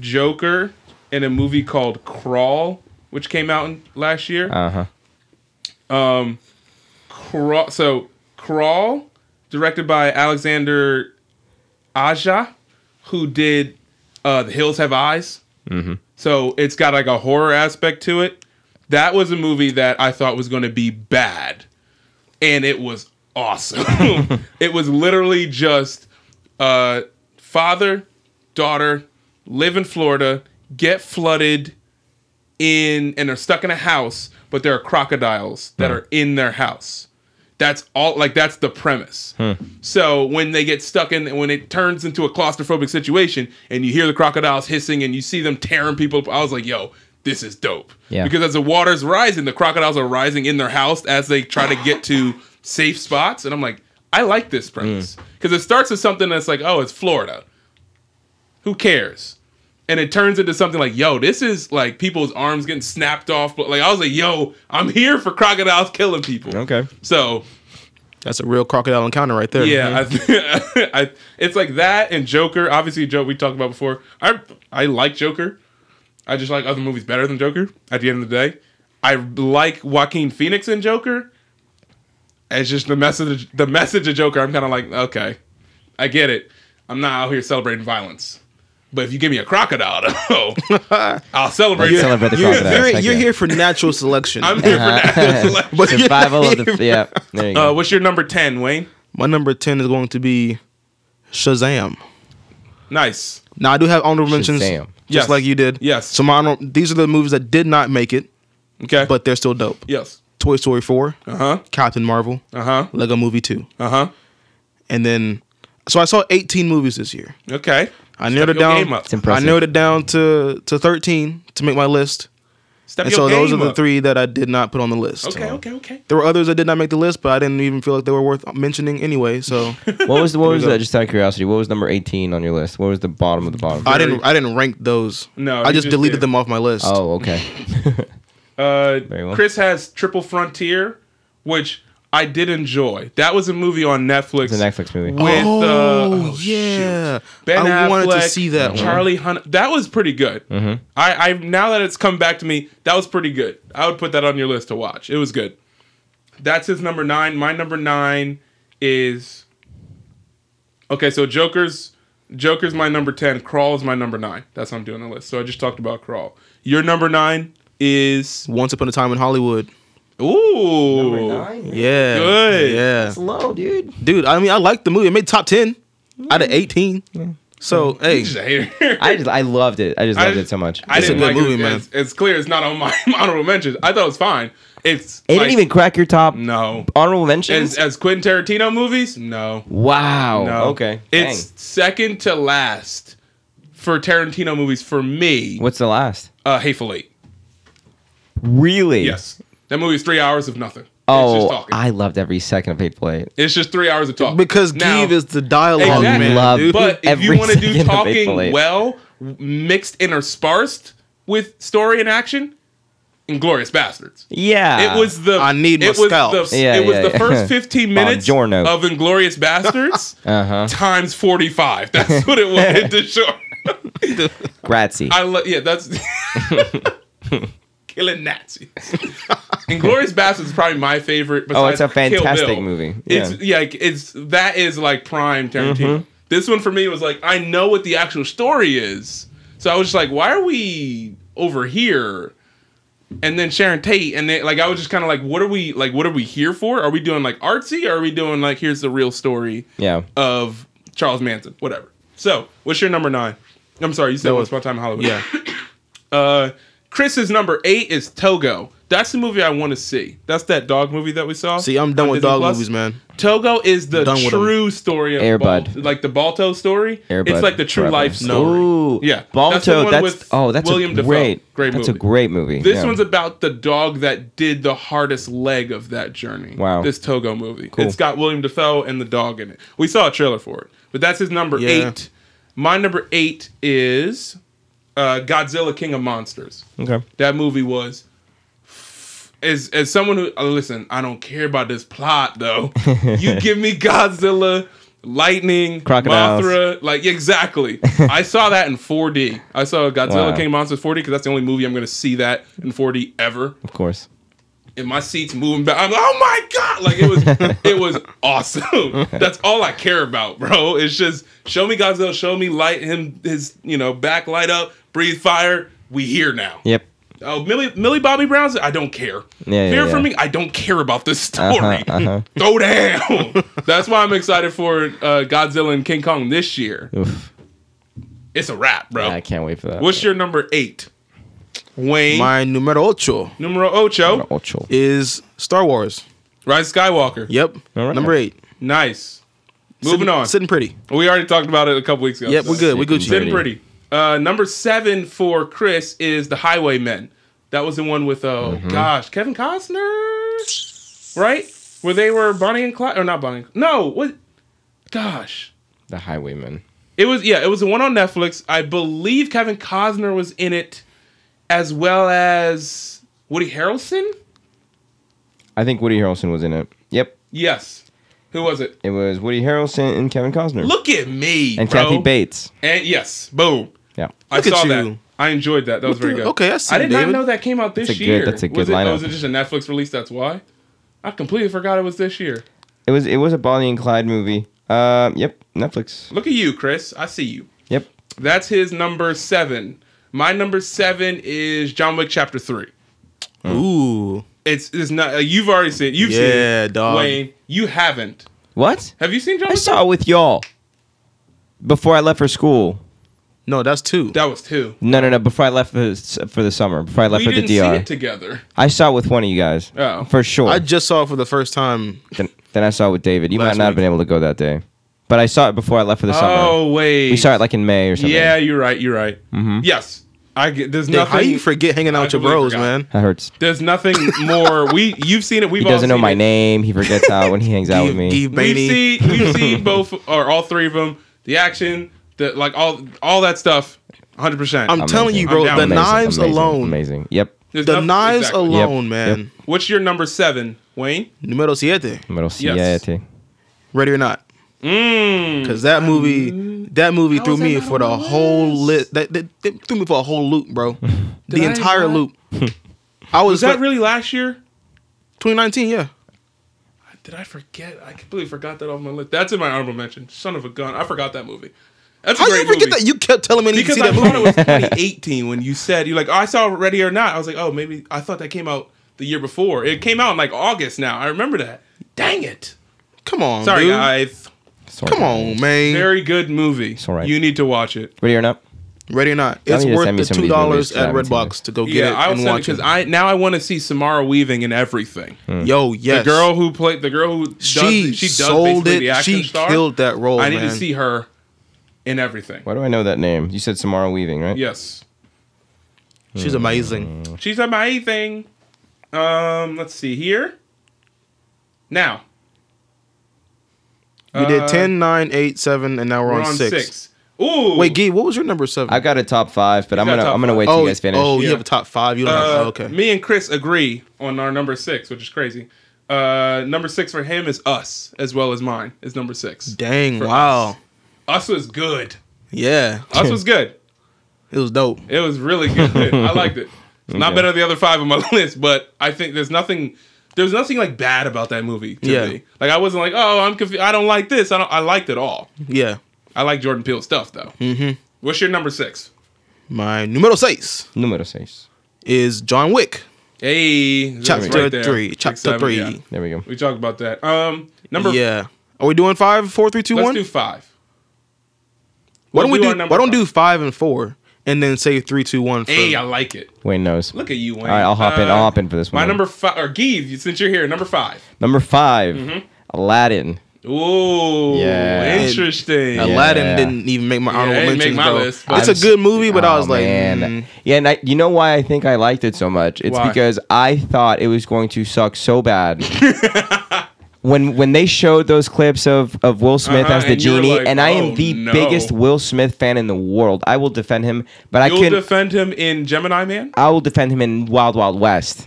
Speaker 2: Joker, and a movie called Crawl, which came out in, last year.
Speaker 4: Uh huh.
Speaker 2: Um, crawl. So crawl, directed by Alexander Aja, who did uh, The Hills Have Eyes. Mm-hmm. So it's got like a horror aspect to it. That was a movie that I thought was going to be bad, and it was awesome. it was literally just uh, father, daughter, live in Florida, get flooded in and are stuck in a house, but there are crocodiles that are in their house. That's all like that's the premise. So when they get stuck in when it turns into a claustrophobic situation and you hear the crocodiles hissing and you see them tearing people up, I was like, yo, this is dope.
Speaker 4: Yeah.
Speaker 2: Because as the water's rising, the crocodiles are rising in their house as they try to get to safe spots. And I'm like, I like this premise because it starts with something that's like, oh, it's Florida. Who cares? And it turns into something like, yo, this is like people's arms getting snapped off. But like I was like, yo, I'm here for crocodiles killing people.
Speaker 4: Okay.
Speaker 2: So
Speaker 3: That's a real crocodile encounter right there.
Speaker 2: yeah, I, th- I, it's like that and Joker. Obviously, Joker we talked about before. I I like Joker. I just like other movies better than Joker. At the end of the day, I like Joaquin Phoenix in Joker. It's just the message. The message of Joker. I'm kind of like, okay, I get it. I'm not out here celebrating violence. But if you give me a crocodile, though, I'll celebrate. that.
Speaker 4: Celebrate the
Speaker 3: You're,
Speaker 4: crocodile.
Speaker 3: you're-
Speaker 4: Thank
Speaker 3: you're
Speaker 4: you.
Speaker 3: here for natural selection.
Speaker 2: I'm here for that.
Speaker 3: But you're
Speaker 4: Survival of
Speaker 3: here-
Speaker 4: the yeah. There you
Speaker 2: uh,
Speaker 4: go.
Speaker 2: what's your number ten, Wayne?
Speaker 3: My number ten is going to be Shazam.
Speaker 2: Nice.
Speaker 3: Now I do have honorable mentions,
Speaker 4: Shazam.
Speaker 3: just
Speaker 2: Yes.
Speaker 3: like you did.
Speaker 2: Yes.
Speaker 3: So my honor- these are the movies that did not make it,
Speaker 2: Okay.
Speaker 3: but they're still dope.
Speaker 2: yes.
Speaker 3: Toy Story Four,
Speaker 2: Uh huh.
Speaker 3: Captain Marvel,
Speaker 2: Uh huh.
Speaker 3: Lego Movie Two,
Speaker 2: Uh huh.
Speaker 3: and then so I saw 18 movies this year.
Speaker 2: Okay.
Speaker 3: I
Speaker 2: Step
Speaker 3: narrowed it
Speaker 2: your
Speaker 3: down.
Speaker 2: game up.
Speaker 4: It's impressive.
Speaker 3: I narrowed it down to to 13 to make my list,
Speaker 2: Step
Speaker 3: and
Speaker 2: your
Speaker 3: so those are
Speaker 2: game
Speaker 3: the
Speaker 2: up.
Speaker 3: three that I did not put on the list.
Speaker 2: Okay, okay, okay.
Speaker 3: There were others that did not make the list, but I didn't even feel like they were worth mentioning anyway. So
Speaker 4: What was the, what was
Speaker 3: go.
Speaker 4: that? Just out of curiosity, what was number eighteen on your list? What was the bottom of the bottom?
Speaker 3: I didn't I didn't rank those.
Speaker 2: No,
Speaker 3: I
Speaker 2: you
Speaker 3: just,
Speaker 2: just
Speaker 3: deleted
Speaker 2: did.
Speaker 3: them off my list.
Speaker 4: oh, okay.
Speaker 2: Uh,
Speaker 4: Very well.
Speaker 2: Chris has Triple Frontier, which I did enjoy. That was a movie on Netflix.
Speaker 4: It's a Netflix movie.
Speaker 2: With
Speaker 3: Oh,
Speaker 2: uh, oh,
Speaker 3: yeah.
Speaker 2: shoot. Ben
Speaker 3: I
Speaker 2: Affleck,
Speaker 3: wanted to see that one. Mm-hmm.
Speaker 2: Charlie Hunt. That was pretty good. I, I now that it's come back to me, that was pretty good. I would put that on your list to watch. It was good. That's his number nine. My number nine is okay. So Joker's Joker's my number ten. Crawl is my number nine. That's how I'm doing the list. So I just talked about Crawl. Your number nine is
Speaker 3: Once Upon a Time in Hollywood.
Speaker 2: ooh
Speaker 3: Yeah.
Speaker 2: Good.
Speaker 3: Yeah.
Speaker 4: low, dude.
Speaker 3: Dude, I mean, I liked the movie. It made top 10 out of 18. So, hey,
Speaker 2: He's a hater.
Speaker 4: I just I loved it. I just
Speaker 2: I
Speaker 4: loved
Speaker 2: just-
Speaker 4: it so much.
Speaker 2: I
Speaker 4: it
Speaker 3: It's a
Speaker 2: didn't
Speaker 3: good
Speaker 2: like
Speaker 3: movie,
Speaker 2: it.
Speaker 3: man.
Speaker 2: It's, it's clear it's not on my honorable mentions. I thought it was fine. It's
Speaker 4: didn't
Speaker 2: like,
Speaker 4: even crack your top
Speaker 2: no.
Speaker 4: honorable
Speaker 2: As,
Speaker 4: mentions.
Speaker 2: as Quentin Tarantino movies, no,
Speaker 4: wow.
Speaker 2: no.
Speaker 4: Oh, Okay.
Speaker 2: it's
Speaker 4: Dang.
Speaker 2: second to last for Tarantino movies for me.
Speaker 4: What's the last?
Speaker 2: Uh, Hateful Eight.
Speaker 4: Really?
Speaker 2: Yes, that movie is three hours of nothing. it's just
Speaker 4: Oh,
Speaker 2: talking.
Speaker 4: I loved every second of Hateful Eight.
Speaker 2: it's just three hours of talking
Speaker 3: because
Speaker 2: Now-
Speaker 3: Give is the dialogue,
Speaker 2: Exactly.
Speaker 3: man.
Speaker 4: Love
Speaker 3: dude.
Speaker 2: But if you
Speaker 4: Every
Speaker 2: want to do
Speaker 4: second of Hateful
Speaker 2: talking
Speaker 4: Eight.
Speaker 2: well, mixed interspersed with story and action, Inglorious Bastards.
Speaker 4: Yeah.
Speaker 2: It was the
Speaker 3: I need
Speaker 2: it
Speaker 3: my
Speaker 2: was
Speaker 3: scalps.
Speaker 2: The,
Speaker 4: Yeah,
Speaker 2: it was
Speaker 4: yeah,
Speaker 2: the
Speaker 4: yeah.
Speaker 2: first 15 minutes
Speaker 4: Buongiorno.
Speaker 2: of Inglorious Bastards
Speaker 4: uh huh.
Speaker 2: times 45. That's what it was in the short.
Speaker 4: Grazie.
Speaker 2: I lo- yeah, that's killing Nazis. Inglorious Bastards is probably my favorite.
Speaker 4: Oh, it's a
Speaker 2: besides Kill
Speaker 4: fantastic
Speaker 2: Bill.
Speaker 4: movie.
Speaker 2: It's yeah, like, it's that is like prime Tarantino.
Speaker 4: Mm-hmm.
Speaker 2: This one for me was like I know what the actual story is, so I was just like, why are we over here? And then Sharon Tate, and then like I was just kind of like, what are we like? What are we here for? Are we doing like artsy? Or are we doing like here's the real story
Speaker 4: Yeah.
Speaker 2: of Charles Manson? Whatever. So, what's your number nine? I'm sorry, you said once
Speaker 3: was-
Speaker 2: upon a time in Hollywood.
Speaker 3: yeah.
Speaker 2: Uh, Chris's number eight is Togo. That's the movie I want to see. That's that dog movie that we saw.
Speaker 3: See, I'm done
Speaker 2: on
Speaker 3: with
Speaker 2: Disney
Speaker 3: dog
Speaker 2: Plus.
Speaker 3: movies, man.
Speaker 2: Togo is the
Speaker 3: Done with 'em.
Speaker 2: true story of
Speaker 4: Air
Speaker 2: Bal-
Speaker 4: Bud.
Speaker 2: like the Balto story.
Speaker 4: Air
Speaker 2: it's
Speaker 4: Bud
Speaker 2: like the true
Speaker 4: forever.
Speaker 2: life story.
Speaker 4: Ooh.
Speaker 2: Yeah, that's the
Speaker 4: Balto.
Speaker 2: one
Speaker 4: That's,
Speaker 2: with
Speaker 4: oh, that's
Speaker 2: William
Speaker 4: a
Speaker 2: Dafoe.
Speaker 4: great,
Speaker 2: Great
Speaker 4: That's
Speaker 2: movie.
Speaker 4: a great movie.
Speaker 2: This
Speaker 4: yeah.
Speaker 2: one's about the dog that did the hardest leg of that journey.
Speaker 4: Wow.
Speaker 2: This Togo movie.
Speaker 4: Cool.
Speaker 2: It's got William Defoe and the dog in it. We saw a trailer for it, but that's his number
Speaker 3: Yeah.
Speaker 2: eight. My number eight is uh, Godzilla King of Monsters.
Speaker 4: okay.
Speaker 2: That movie was. As, as someone who uh, listen, I don't care about this plot though. you give me Godzilla, lightning,
Speaker 4: Crocodiles.
Speaker 2: Mothra, like exactly. I saw that in 4D. I saw Godzilla
Speaker 4: Wow.
Speaker 2: King of Monsters 4D because that's the only movie I'm going to see that in 4D ever.
Speaker 4: Of course.
Speaker 2: And my seats moving back. I'm like, oh my god! Like it was, it was awesome. That's all I care about, bro. It's just show me Godzilla, show me light him his you know back light up, breathe fire. We here now.
Speaker 4: Yep.
Speaker 2: Oh, Millie, Millie Bobby Brown's. I don't care.
Speaker 4: Yeah, yeah,
Speaker 2: Fear for
Speaker 4: yeah.
Speaker 2: me. I don't care about this story.
Speaker 4: Uh-huh, uh-huh.
Speaker 2: Go down. That's why I'm excited for uh, Godzilla and King Kong this year.
Speaker 4: Oof.
Speaker 2: It's a wrap, bro.
Speaker 4: Yeah, I can't wait for that.
Speaker 2: What's your number eight? Wayne.
Speaker 3: My numero ocho
Speaker 2: numero ocho.
Speaker 4: Ocho.
Speaker 3: is Star Wars.
Speaker 2: Rise of Skywalker.
Speaker 3: Yep.
Speaker 4: All right.
Speaker 3: Number eight.
Speaker 2: Nice. Moving
Speaker 3: Sitting-
Speaker 2: on.
Speaker 3: Sitting pretty.
Speaker 2: We already talked about it a couple weeks ago.
Speaker 3: Yep,
Speaker 2: so-
Speaker 3: we're good. We're
Speaker 4: Sitting
Speaker 3: Gucci.
Speaker 2: Sitting pretty. Uh, number seven for Chris is the uh,
Speaker 4: Mm-hmm.
Speaker 2: Highwaymen. That was the one with oh gosh, Kevin Costner, right? where they were Bonnie and Clyde, or not Bonnie? and- No, what? Gosh,
Speaker 4: The Highwayman.
Speaker 2: it was yeah, it was the one on Netflix. I believe Kevin Costner was in it, as well as Woody Harrelson.
Speaker 4: I think Woody Harrelson was in it. Yep,
Speaker 2: Yes, who was it?
Speaker 4: it was Woody Harrelson and Kevin Costner
Speaker 2: Look at me,
Speaker 4: and
Speaker 2: bro.
Speaker 4: Kathy Bates.
Speaker 2: And yes, boom.
Speaker 4: Yeah,
Speaker 2: I
Speaker 3: Look at
Speaker 2: saw
Speaker 3: you.
Speaker 2: that. I enjoyed that. That was very
Speaker 3: the-
Speaker 2: good.
Speaker 3: okay, I see,
Speaker 2: I did not
Speaker 3: David.
Speaker 2: know that came out this
Speaker 4: That's a good-
Speaker 2: year.
Speaker 4: that's a
Speaker 2: was
Speaker 4: good
Speaker 2: it,
Speaker 4: lineup.
Speaker 2: Oh, was it just a Netflix release? That's why. I completely forgot it was this year.
Speaker 4: it was it was a Bonnie and Clyde movie. Um, yep, Netflix.
Speaker 2: Look at you, Chris. I see you.
Speaker 4: Yep,
Speaker 2: That's his number seven. My number seven is John Wick Chapter Three.
Speaker 3: Ooh.
Speaker 2: It's it's not. Uh, you've already seen. it. You've seen.
Speaker 3: Yeah,
Speaker 2: it,
Speaker 3: dog.
Speaker 2: Wayne, you haven't.
Speaker 4: what?
Speaker 2: Have you seen John?
Speaker 4: I
Speaker 2: Wick?
Speaker 4: saw it with y'all before I left for school.
Speaker 3: No, that's two.
Speaker 2: That was two.
Speaker 4: No, no, no. Before I left for the, for the summer, before I left
Speaker 2: We
Speaker 4: for the
Speaker 2: didn't see
Speaker 4: DR,
Speaker 2: it together.
Speaker 4: I saw it with one of you guys.
Speaker 2: Oh.
Speaker 4: for sure.
Speaker 3: I just saw it for the first time.
Speaker 4: then, then I saw it with David. You might
Speaker 3: Last
Speaker 4: not have
Speaker 3: week.
Speaker 4: been able to go that day, but I saw it before I left for the summer.
Speaker 2: Oh wait.
Speaker 4: We saw it Mm-hmm. like in May or something.
Speaker 2: Yeah, you're right. You're right. Yes, I get. There's
Speaker 3: Dude,
Speaker 2: nothing.
Speaker 3: how you forget hanging out
Speaker 2: I
Speaker 3: with your
Speaker 2: completely
Speaker 3: bros,
Speaker 2: forgot.
Speaker 3: man?
Speaker 4: that hurts.
Speaker 2: There's nothing more. We you've seen it. We've
Speaker 4: He doesn't
Speaker 2: all
Speaker 4: know
Speaker 2: seen
Speaker 4: my
Speaker 2: it.
Speaker 4: name. He forgets how when he hangs out with me.
Speaker 3: Give
Speaker 2: We've
Speaker 3: Beanie.
Speaker 2: seen we've seen both or all three of them. The action, the like all all that stuff. 100. percent
Speaker 3: I'm telling you,
Speaker 2: I'm
Speaker 3: bro,
Speaker 2: down.
Speaker 3: the
Speaker 2: Amazing,
Speaker 3: knives
Speaker 4: amazing,
Speaker 3: alone.
Speaker 4: Amazing. Yep.
Speaker 3: Um, The knives alone,
Speaker 4: Yep,
Speaker 3: man.
Speaker 4: yep.
Speaker 2: What's your number seven, Wayne?
Speaker 3: Numero siete.
Speaker 4: Middle
Speaker 2: Yes.
Speaker 4: siete.
Speaker 3: Ready or not?
Speaker 2: Mm.
Speaker 3: Because that movie, that movie threw
Speaker 2: was that
Speaker 3: me
Speaker 2: not
Speaker 3: for
Speaker 2: on
Speaker 3: the
Speaker 2: the
Speaker 3: whole
Speaker 2: list?
Speaker 3: list. That, that, that threw me for a whole loop, bro. the
Speaker 2: I
Speaker 3: entire
Speaker 2: not-
Speaker 3: loop. I was,
Speaker 2: Was that really last year?
Speaker 3: 2019, yeah.
Speaker 2: Did I forget? I completely forgot that off my list. That's in my honorable mention. Son of a gun, I forgot that movie. That's a
Speaker 3: How
Speaker 2: great
Speaker 3: you forget
Speaker 2: movie.
Speaker 3: that? You kept telling me to
Speaker 2: because
Speaker 3: see
Speaker 2: I
Speaker 3: that
Speaker 2: thought it
Speaker 3: movie.
Speaker 2: was 2018 when you said you're like, oh, I saw Ready or Not. I was like, oh, maybe I thought that came out the year before. It came out in like August. Now I remember that. Dang it!
Speaker 3: Come on,
Speaker 2: Sorry
Speaker 3: dude.
Speaker 2: guys.
Speaker 4: Sorry.
Speaker 3: Come on, man.
Speaker 2: Very good movie.
Speaker 4: all right.
Speaker 2: You need to watch it.
Speaker 4: Ready or not?
Speaker 3: Ready or not?
Speaker 4: Y'all
Speaker 3: It's
Speaker 4: need to
Speaker 3: worth
Speaker 4: send me
Speaker 3: the
Speaker 4: some of
Speaker 3: two
Speaker 4: these movies
Speaker 3: dollars
Speaker 4: that I
Speaker 3: at
Speaker 4: haven't
Speaker 3: Redbox
Speaker 4: seen.
Speaker 3: to go get
Speaker 2: yeah,
Speaker 3: it
Speaker 2: I was
Speaker 3: and watch
Speaker 2: because
Speaker 3: it.
Speaker 2: I now I want to see Samara Weaving in everything.
Speaker 4: Hmm.
Speaker 3: Yo, yes,
Speaker 2: The girl who played the girl who does,
Speaker 3: she,
Speaker 2: she does
Speaker 3: sold
Speaker 2: basically
Speaker 3: it.
Speaker 2: the action
Speaker 3: She
Speaker 2: star.
Speaker 3: killed that role.
Speaker 2: I need
Speaker 3: man.
Speaker 2: to see her in everything.
Speaker 4: Why do I know that name? You said Samara Weaving, right?
Speaker 2: Yes,
Speaker 3: She's amazing.
Speaker 4: Hmm.
Speaker 2: she's amazing. Um, let's see here. Now
Speaker 3: We
Speaker 2: Uh,
Speaker 3: did 10, 9, 8, 7, and now we're,
Speaker 2: we're
Speaker 3: on,
Speaker 2: on
Speaker 3: 6.
Speaker 2: six. Ooh,
Speaker 3: Wait, Gee, what was your number 7?
Speaker 4: I've got a top five, but I'm
Speaker 2: got
Speaker 4: gonna
Speaker 2: a top
Speaker 4: I'm gonna
Speaker 2: five.
Speaker 4: wait till
Speaker 3: oh,
Speaker 4: you guys finish.
Speaker 3: oh,
Speaker 2: Yeah.
Speaker 3: you have a top 5. You don't have
Speaker 2: Uh,
Speaker 3: oh, okay.
Speaker 2: Me and Chris agree on our number six, which is crazy. Uh, number six for him is us, as well as mine is number six.
Speaker 3: Dang,
Speaker 2: for
Speaker 3: wow.
Speaker 2: us. Us was good.
Speaker 3: Yeah.
Speaker 2: Us was good.
Speaker 3: It was dope.
Speaker 2: It was really good. dude. I liked it. It's Not
Speaker 4: Okay.
Speaker 2: better than the other five on my list, but I think there's nothing. There's nothing like bad about that movie to
Speaker 3: Yeah.
Speaker 2: me. Like I wasn't like, oh, I'm confused. I don't like this. I don't. I liked it all.
Speaker 3: Yeah.
Speaker 2: I like Jordan Peele stuff though. Mm-hmm. What's your number six?
Speaker 3: My numero 6
Speaker 4: Numero seis.
Speaker 3: is John Wick.
Speaker 2: Hey, that's
Speaker 3: Chapter
Speaker 2: right there.
Speaker 3: three,
Speaker 2: Six,
Speaker 3: chapter
Speaker 2: seven,
Speaker 3: three.
Speaker 2: yeah.
Speaker 4: There we go.
Speaker 2: We talked about that. Um, number
Speaker 3: yeah. Are we doing five, four, three, two,
Speaker 2: Let's
Speaker 3: one?
Speaker 2: do five.
Speaker 3: why don't
Speaker 2: we'll
Speaker 3: we
Speaker 2: do
Speaker 3: do?
Speaker 2: our number
Speaker 3: Why don't
Speaker 2: five.
Speaker 3: do five and four, and then say three, two, one? For,
Speaker 2: Hey, I like it.
Speaker 4: Wayne knows.
Speaker 2: Look at you, Wayne.
Speaker 4: All right, I'll hop in.
Speaker 2: Uh,
Speaker 4: I'll hop in for this one.
Speaker 2: My number five, or Give, since you're here, number five.
Speaker 4: number 5 Aladdin.
Speaker 2: Ooh,
Speaker 4: Yeah.
Speaker 2: interesting.
Speaker 3: Aladdin
Speaker 4: Yeah.
Speaker 3: didn't even make my
Speaker 2: Yeah, it
Speaker 3: honorable
Speaker 2: didn't
Speaker 3: mentions,
Speaker 2: make my
Speaker 3: bro.
Speaker 2: list, but-
Speaker 3: it's a good movie, but I was
Speaker 4: Oh,
Speaker 3: like,
Speaker 4: man.
Speaker 3: mm,
Speaker 4: yeah, and I, you know why I think I liked it so much? It's
Speaker 2: Why?
Speaker 4: because I thought it was going to suck so bad. when when they showed those clips of, of Will Smith
Speaker 2: Uh-huh,
Speaker 4: as the
Speaker 2: and you were
Speaker 4: genie,
Speaker 2: like,
Speaker 4: and I
Speaker 2: "Oh,
Speaker 4: am the
Speaker 2: no."
Speaker 4: biggest Will Smith fan in the world. I will defend him, but I
Speaker 2: You'll
Speaker 4: can.
Speaker 2: defend him in Gemini Man,
Speaker 4: I will defend him in Wild Wild West.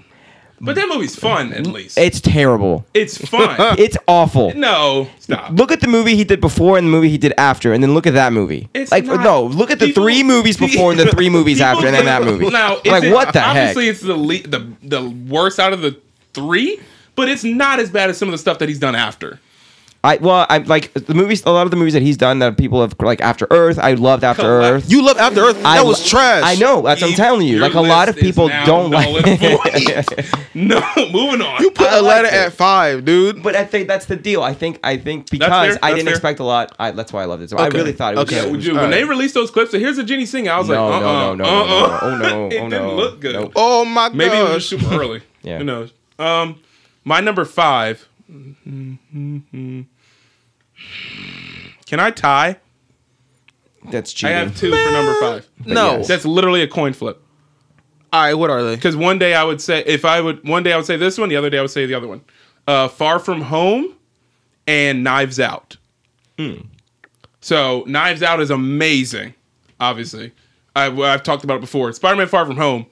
Speaker 2: but that movie's fun at least.
Speaker 4: It's terrible.
Speaker 2: it's fun.
Speaker 4: It's awful.
Speaker 2: no, stop.
Speaker 4: Look at the movie he did before and the movie he did after, and then look at that movie.
Speaker 2: It's
Speaker 4: like
Speaker 2: not-
Speaker 4: no, look at the
Speaker 2: people-
Speaker 4: three movies before and the three movies after, and then that movie.
Speaker 2: Now, is
Speaker 4: like
Speaker 2: it-
Speaker 4: what the heck?
Speaker 2: obviously it's the, le- the the worst out of the three, but it's not as bad as some of the stuff that he's done after.
Speaker 4: I well, I'm like the movies. A lot of the movies that he's done that people have like After Earth. I loved After
Speaker 2: Collect-
Speaker 4: Earth.
Speaker 3: you love After Earth. That
Speaker 4: I
Speaker 3: was
Speaker 4: lo-
Speaker 3: trash.
Speaker 4: I know. That's what I'm telling you.
Speaker 2: Your
Speaker 4: Like a lot of
Speaker 2: list is
Speaker 4: people
Speaker 2: now
Speaker 4: don't
Speaker 2: null
Speaker 4: like.
Speaker 2: and void. no, moving on.
Speaker 3: You put
Speaker 4: I liked
Speaker 3: Aladdin
Speaker 4: it.
Speaker 3: at five, dude.
Speaker 4: But I think that's the deal. I think I think because
Speaker 2: fair,
Speaker 4: I
Speaker 2: that's
Speaker 4: didn't
Speaker 2: fair.
Speaker 4: expect a lot. I, that's why I loved it. So I
Speaker 3: Okay,
Speaker 4: really thought it was.
Speaker 3: okay.
Speaker 4: it
Speaker 2: Yeah,
Speaker 4: was-
Speaker 2: dude, when they released those clips, of, here's a Genie singing. I was
Speaker 4: No,
Speaker 2: like, uh-uh,
Speaker 4: no, no, no, no, no,
Speaker 2: uh-uh.
Speaker 4: Oh no! Oh
Speaker 2: it
Speaker 4: no!
Speaker 2: didn't look good.
Speaker 4: Nope.
Speaker 3: Oh my god.
Speaker 2: Maybe it was super early.
Speaker 4: Yeah.
Speaker 2: Who knows? Um, my number five. Can I tie?
Speaker 4: That's
Speaker 2: I
Speaker 4: cheating.
Speaker 2: have two for number five.
Speaker 3: no.
Speaker 4: yes.
Speaker 2: That's literally a coin flip.
Speaker 3: All right, what are they?
Speaker 2: Because one day I would say if I would one day I would say this one, the other day I would say the other one. uh, Far From Home, and Knives Out. So Knives Out is amazing. Obviously, I, have talked about it before. Spider-Man: Far From Home.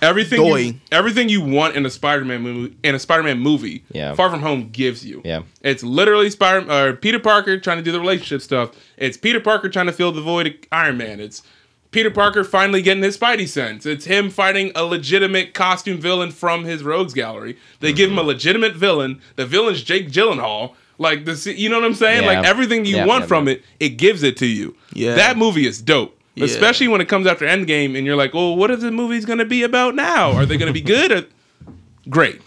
Speaker 2: Everything, you,
Speaker 3: Doy.
Speaker 2: everything you want in a Spider-Man movie, in a Spider-Man movie,
Speaker 4: Yeah.
Speaker 2: Far From Home gives you.
Speaker 4: Yeah.
Speaker 2: it's literally Spider or Peter Parker trying to do the relationship stuff. It's Peter Parker trying to fill the void of Iron Man. It's Peter Parker finally getting his Spidey sense. It's him fighting a legitimate costume villain from his Rogues Gallery. They give
Speaker 4: Mm-hmm.
Speaker 2: him a legitimate villain. The villain's Jake Gyllenhaal. Like this, you know what I'm saying?
Speaker 4: Yeah.
Speaker 2: Like everything you
Speaker 4: Yeah,
Speaker 2: want
Speaker 4: yeah,
Speaker 2: from
Speaker 4: yeah.
Speaker 2: it, it gives it to you.
Speaker 3: Yeah.
Speaker 2: That movie is dope.
Speaker 3: Yeah.
Speaker 2: Especially when it comes after Endgame and you're like, well, what is the movie's gonna be about now? Are they gonna be good or great?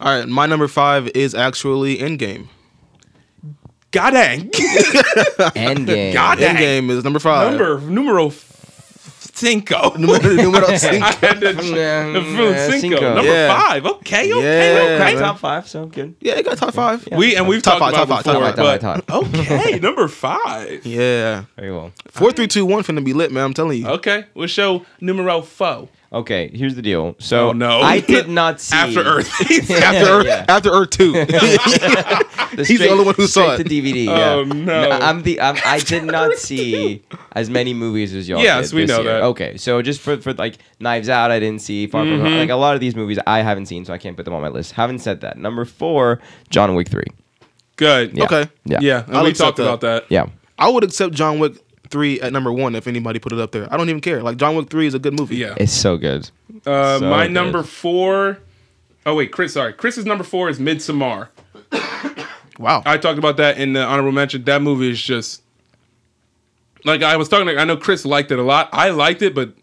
Speaker 3: All right, my number five is actually Endgame.
Speaker 2: God dang.
Speaker 4: Endgame.
Speaker 2: God dang.
Speaker 3: Endgame is number five.
Speaker 2: Number numero f- cinco.
Speaker 3: Numero
Speaker 2: I
Speaker 3: cinco.
Speaker 2: had to- numero
Speaker 4: yeah,
Speaker 2: cinco.
Speaker 4: cinco.
Speaker 2: Number
Speaker 3: Yeah.
Speaker 2: five. Okay, okay,
Speaker 3: Yeah,
Speaker 2: okay.
Speaker 3: man.
Speaker 4: Top five, so good.
Speaker 3: Yeah, it got top five.
Speaker 2: We and we've
Speaker 3: Top
Speaker 2: talked
Speaker 3: five,
Speaker 2: about
Speaker 3: top
Speaker 2: it before,
Speaker 3: five,
Speaker 4: top five,
Speaker 2: but
Speaker 4: top five,
Speaker 2: okay, number five.
Speaker 3: Yeah,
Speaker 4: Very well.
Speaker 3: four, three, two, one finna be lit, man. I'm telling you.
Speaker 2: Okay, we'll show numero four
Speaker 4: Okay, here's the deal. So
Speaker 2: Oh, no.
Speaker 4: I did not see
Speaker 2: after Earth.
Speaker 3: After Earth,
Speaker 4: Yeah.
Speaker 3: after Earth two.
Speaker 4: The
Speaker 3: He's the only one who saw
Speaker 4: straight
Speaker 3: it.
Speaker 4: To DVD.
Speaker 2: Oh,
Speaker 4: yeah.
Speaker 2: no.
Speaker 4: I'm the I'm, I did not see as many movies as y'all.
Speaker 2: Yes,
Speaker 4: did
Speaker 2: we
Speaker 4: this
Speaker 2: know
Speaker 4: year.
Speaker 2: that.
Speaker 4: Okay, so just for for like Knives Out, I didn't see Far From
Speaker 2: Mm-hmm.
Speaker 4: Home. Like a lot of these movies, I haven't seen, so I can't put them on my list. Haven't said that. Number four, John Wick three.
Speaker 2: Good.
Speaker 4: Yeah.
Speaker 3: Okay.
Speaker 4: Yeah.
Speaker 2: Yeah, and
Speaker 3: I'll
Speaker 2: we
Speaker 3: accept
Speaker 2: talked about that.
Speaker 4: Yeah.
Speaker 3: I would accept John Wick three at number one if anybody put it up there. I don't even care. Like John Wick three is a good movie.
Speaker 2: Yeah.
Speaker 4: It's so good.
Speaker 2: Uh,
Speaker 4: So
Speaker 2: my
Speaker 4: good.
Speaker 2: number four oh wait, Chris. Sorry, Chris's number four is Midsommar.
Speaker 3: Wow.
Speaker 2: I talked about that in the honorable mention. That movie is just like I was talking. I know Chris liked it a lot. I liked it, but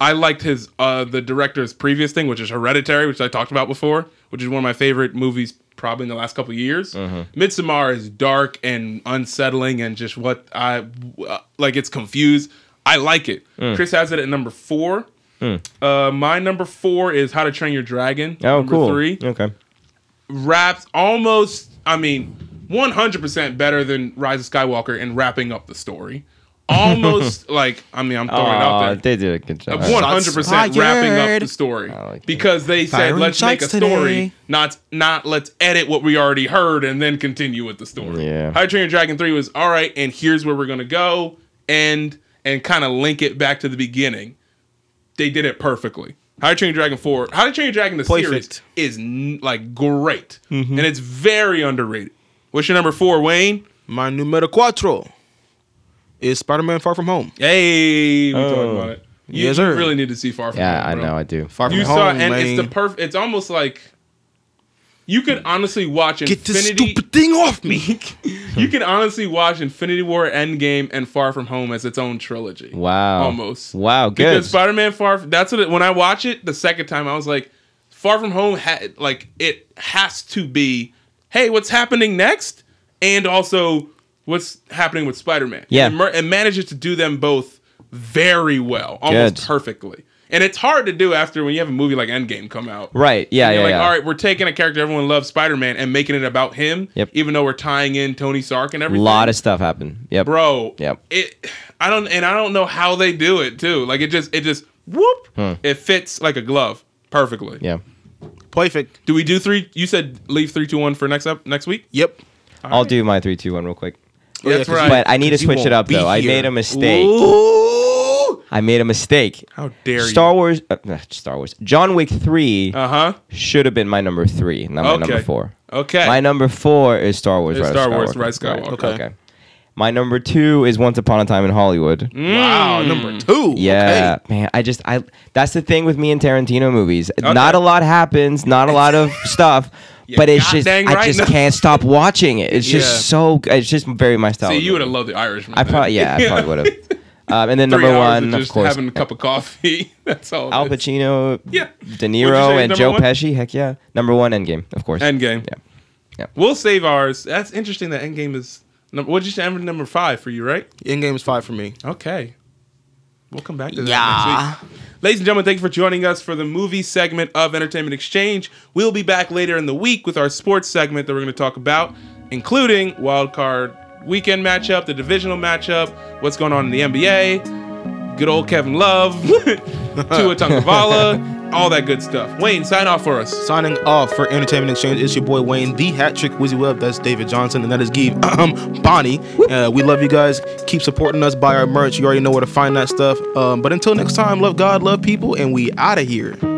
Speaker 2: I liked his uh, the director's previous thing, which is Hereditary, which I talked about before, which is one of my favorite movies probably in the last couple of years.
Speaker 4: Mm-hmm.
Speaker 2: Midsommar is dark and unsettling, and just what I uh, like. It's confused. I like it.
Speaker 4: Mm.
Speaker 2: Chris has it at number four. Uh, my number four is How to Train Your Dragon.
Speaker 4: Oh,
Speaker 2: number
Speaker 4: cool.
Speaker 2: Three
Speaker 4: Okay.
Speaker 2: raps almost, I mean, 100% better than Rise of Skywalker in wrapping up the story. Almost like, I mean, I'm throwing it
Speaker 4: Oh,
Speaker 2: out there.
Speaker 4: they did a good job.
Speaker 2: One hundred percent
Speaker 3: Shots
Speaker 2: wrapping up the
Speaker 3: fired.
Speaker 2: story
Speaker 4: like it.
Speaker 2: because they said
Speaker 3: Firing
Speaker 2: let's make a
Speaker 3: shots
Speaker 2: story,
Speaker 3: today.
Speaker 2: not not let's edit what we already heard and then continue with the story.
Speaker 4: Yeah.
Speaker 2: How to Train Your Dragon three was all right, and here's where we're gonna go, and and kind of link it back to the beginning. They did it perfectly. How to Train Your Dragon four, How to Train Your Dragon the
Speaker 3: Perfect. Mm-hmm.
Speaker 2: series is n- like great, and it's very underrated. What's your number four, Wayne?
Speaker 3: My numero cuatro is Spider Man Far From Home.
Speaker 2: Hey, we talked
Speaker 4: Oh.
Speaker 2: about it. You,
Speaker 3: Yes,
Speaker 2: you
Speaker 3: sir.
Speaker 2: really need to see Far From
Speaker 4: Yeah,
Speaker 2: Home,
Speaker 4: I
Speaker 2: bro.
Speaker 4: know. I do.
Speaker 3: Far
Speaker 2: You
Speaker 3: From
Speaker 2: saw,
Speaker 3: Home,
Speaker 2: and it's the
Speaker 3: man.
Speaker 2: perfect. It's almost like you could honestly watch
Speaker 3: Get this
Speaker 2: Infinity.
Speaker 3: stupid thing off me.
Speaker 2: you could honestly watch Infinity War, Endgame, and Far From Home as its own trilogy.
Speaker 4: Wow.
Speaker 2: almost.
Speaker 4: Wow. Good.
Speaker 2: Because Spider-Man Far. That's what. It, when I watch it the second time, I was like, Far From Home had like it has to be. Hey, what's happening next? And also, what's happening with Spider-Man?
Speaker 4: Yeah.
Speaker 2: it, mer- it manages to do them both very well, almost
Speaker 4: Good.
Speaker 2: perfectly. And it's hard to do after when you have a movie like Endgame come out.
Speaker 4: right. Yeah.
Speaker 2: You're
Speaker 4: Yeah.
Speaker 2: like,
Speaker 4: yeah.
Speaker 2: all right, we're taking a character everyone loves, Spider Man, and making it about him.
Speaker 4: Yep.
Speaker 2: Even though we're tying in Tony Stark and
Speaker 4: A
Speaker 2: everything.
Speaker 4: lot of stuff happened. Yep.
Speaker 2: bro.
Speaker 4: Yep.
Speaker 2: It. I don't, and I don't know how they do it too. Like it just, it just whoop. It fits like a glove perfectly.
Speaker 4: Hmm. Yeah.
Speaker 3: Perfect.
Speaker 2: Do we do three? You said leave three, two, one for next up next week.
Speaker 3: Yep. Oh,
Speaker 4: I'll do my three, two, one real quick.
Speaker 3: yeah,
Speaker 2: That's
Speaker 3: 'cause
Speaker 2: right.
Speaker 4: But I need to
Speaker 3: you
Speaker 4: switch it
Speaker 3: won't
Speaker 4: up
Speaker 3: be
Speaker 4: though. I
Speaker 3: here.
Speaker 4: made a mistake.
Speaker 2: Ooh.
Speaker 4: I made a mistake.
Speaker 2: How dare
Speaker 4: Star Wars, uh, uh, Star Wars, John Wick three
Speaker 2: you? Uh huh.
Speaker 4: should have been my number three, not my
Speaker 2: Okay.
Speaker 4: number four.
Speaker 2: Okay.
Speaker 4: My number four is Star Wars.
Speaker 2: It's
Speaker 4: Rise of
Speaker 2: Star Wars,
Speaker 4: Skywalker.
Speaker 2: Rise of Skywalker.
Speaker 4: Okay. okay. My number two is Once Upon a Time in Hollywood.
Speaker 2: Mm,
Speaker 3: Wow,
Speaker 4: Hmm.
Speaker 3: number two.
Speaker 4: Yeah, man. I just I that's the thing with me and Tarantino movies. Not a lot happens, not a lot of stuff, but it's just
Speaker 2: goddamn
Speaker 4: I
Speaker 2: right.
Speaker 4: just can't stop watching it. It's
Speaker 3: Yeah.
Speaker 4: just so g- it's just very my style.
Speaker 2: See,
Speaker 4: of
Speaker 2: you would
Speaker 4: movie.
Speaker 2: have loved the Irishman.
Speaker 4: I
Speaker 2: then.
Speaker 4: probably yeah, I probably would have. Um, and then
Speaker 2: Three hours
Speaker 4: number one,
Speaker 2: of
Speaker 4: of
Speaker 2: just
Speaker 4: course,
Speaker 2: having a cup of coffee. That's all.
Speaker 4: Al
Speaker 2: It is.
Speaker 4: Pacino,
Speaker 2: Yeah.
Speaker 4: De
Speaker 2: What'd you
Speaker 4: Niro,
Speaker 2: say,
Speaker 4: and
Speaker 2: number
Speaker 4: Joe
Speaker 2: one?
Speaker 4: Pesci. Heck yeah, number one, Endgame, of course.
Speaker 2: Endgame.
Speaker 4: Yeah. Yeah.
Speaker 2: We'll save ours. That's interesting that Endgame is number what'd you say number- number five for you, right?
Speaker 3: In game is five for me.
Speaker 2: Okay. We'll come back to that next week. Ladies and gentlemen, thank you for joining us for the movie segment of Entertainment Exchange. We'll be back later in the week with our sports segment that we're going to talk about, including wild card weekend matchup, the divisional matchup, what's going on in the NBA, good old Kevin Love, Tua Tagovailoa, all that good stuff. Wayne, sign off for us.
Speaker 3: Signing off for Entertainment Exchange, it's your boy Wayne, the hat trick Wizzy Web. That's David Johnson, and that is Give Bonnie. Uh, we love you guys. Keep supporting us. Buy our merch. You already know where to find that stuff. Um, but until next time, love God, love people, and we out of here.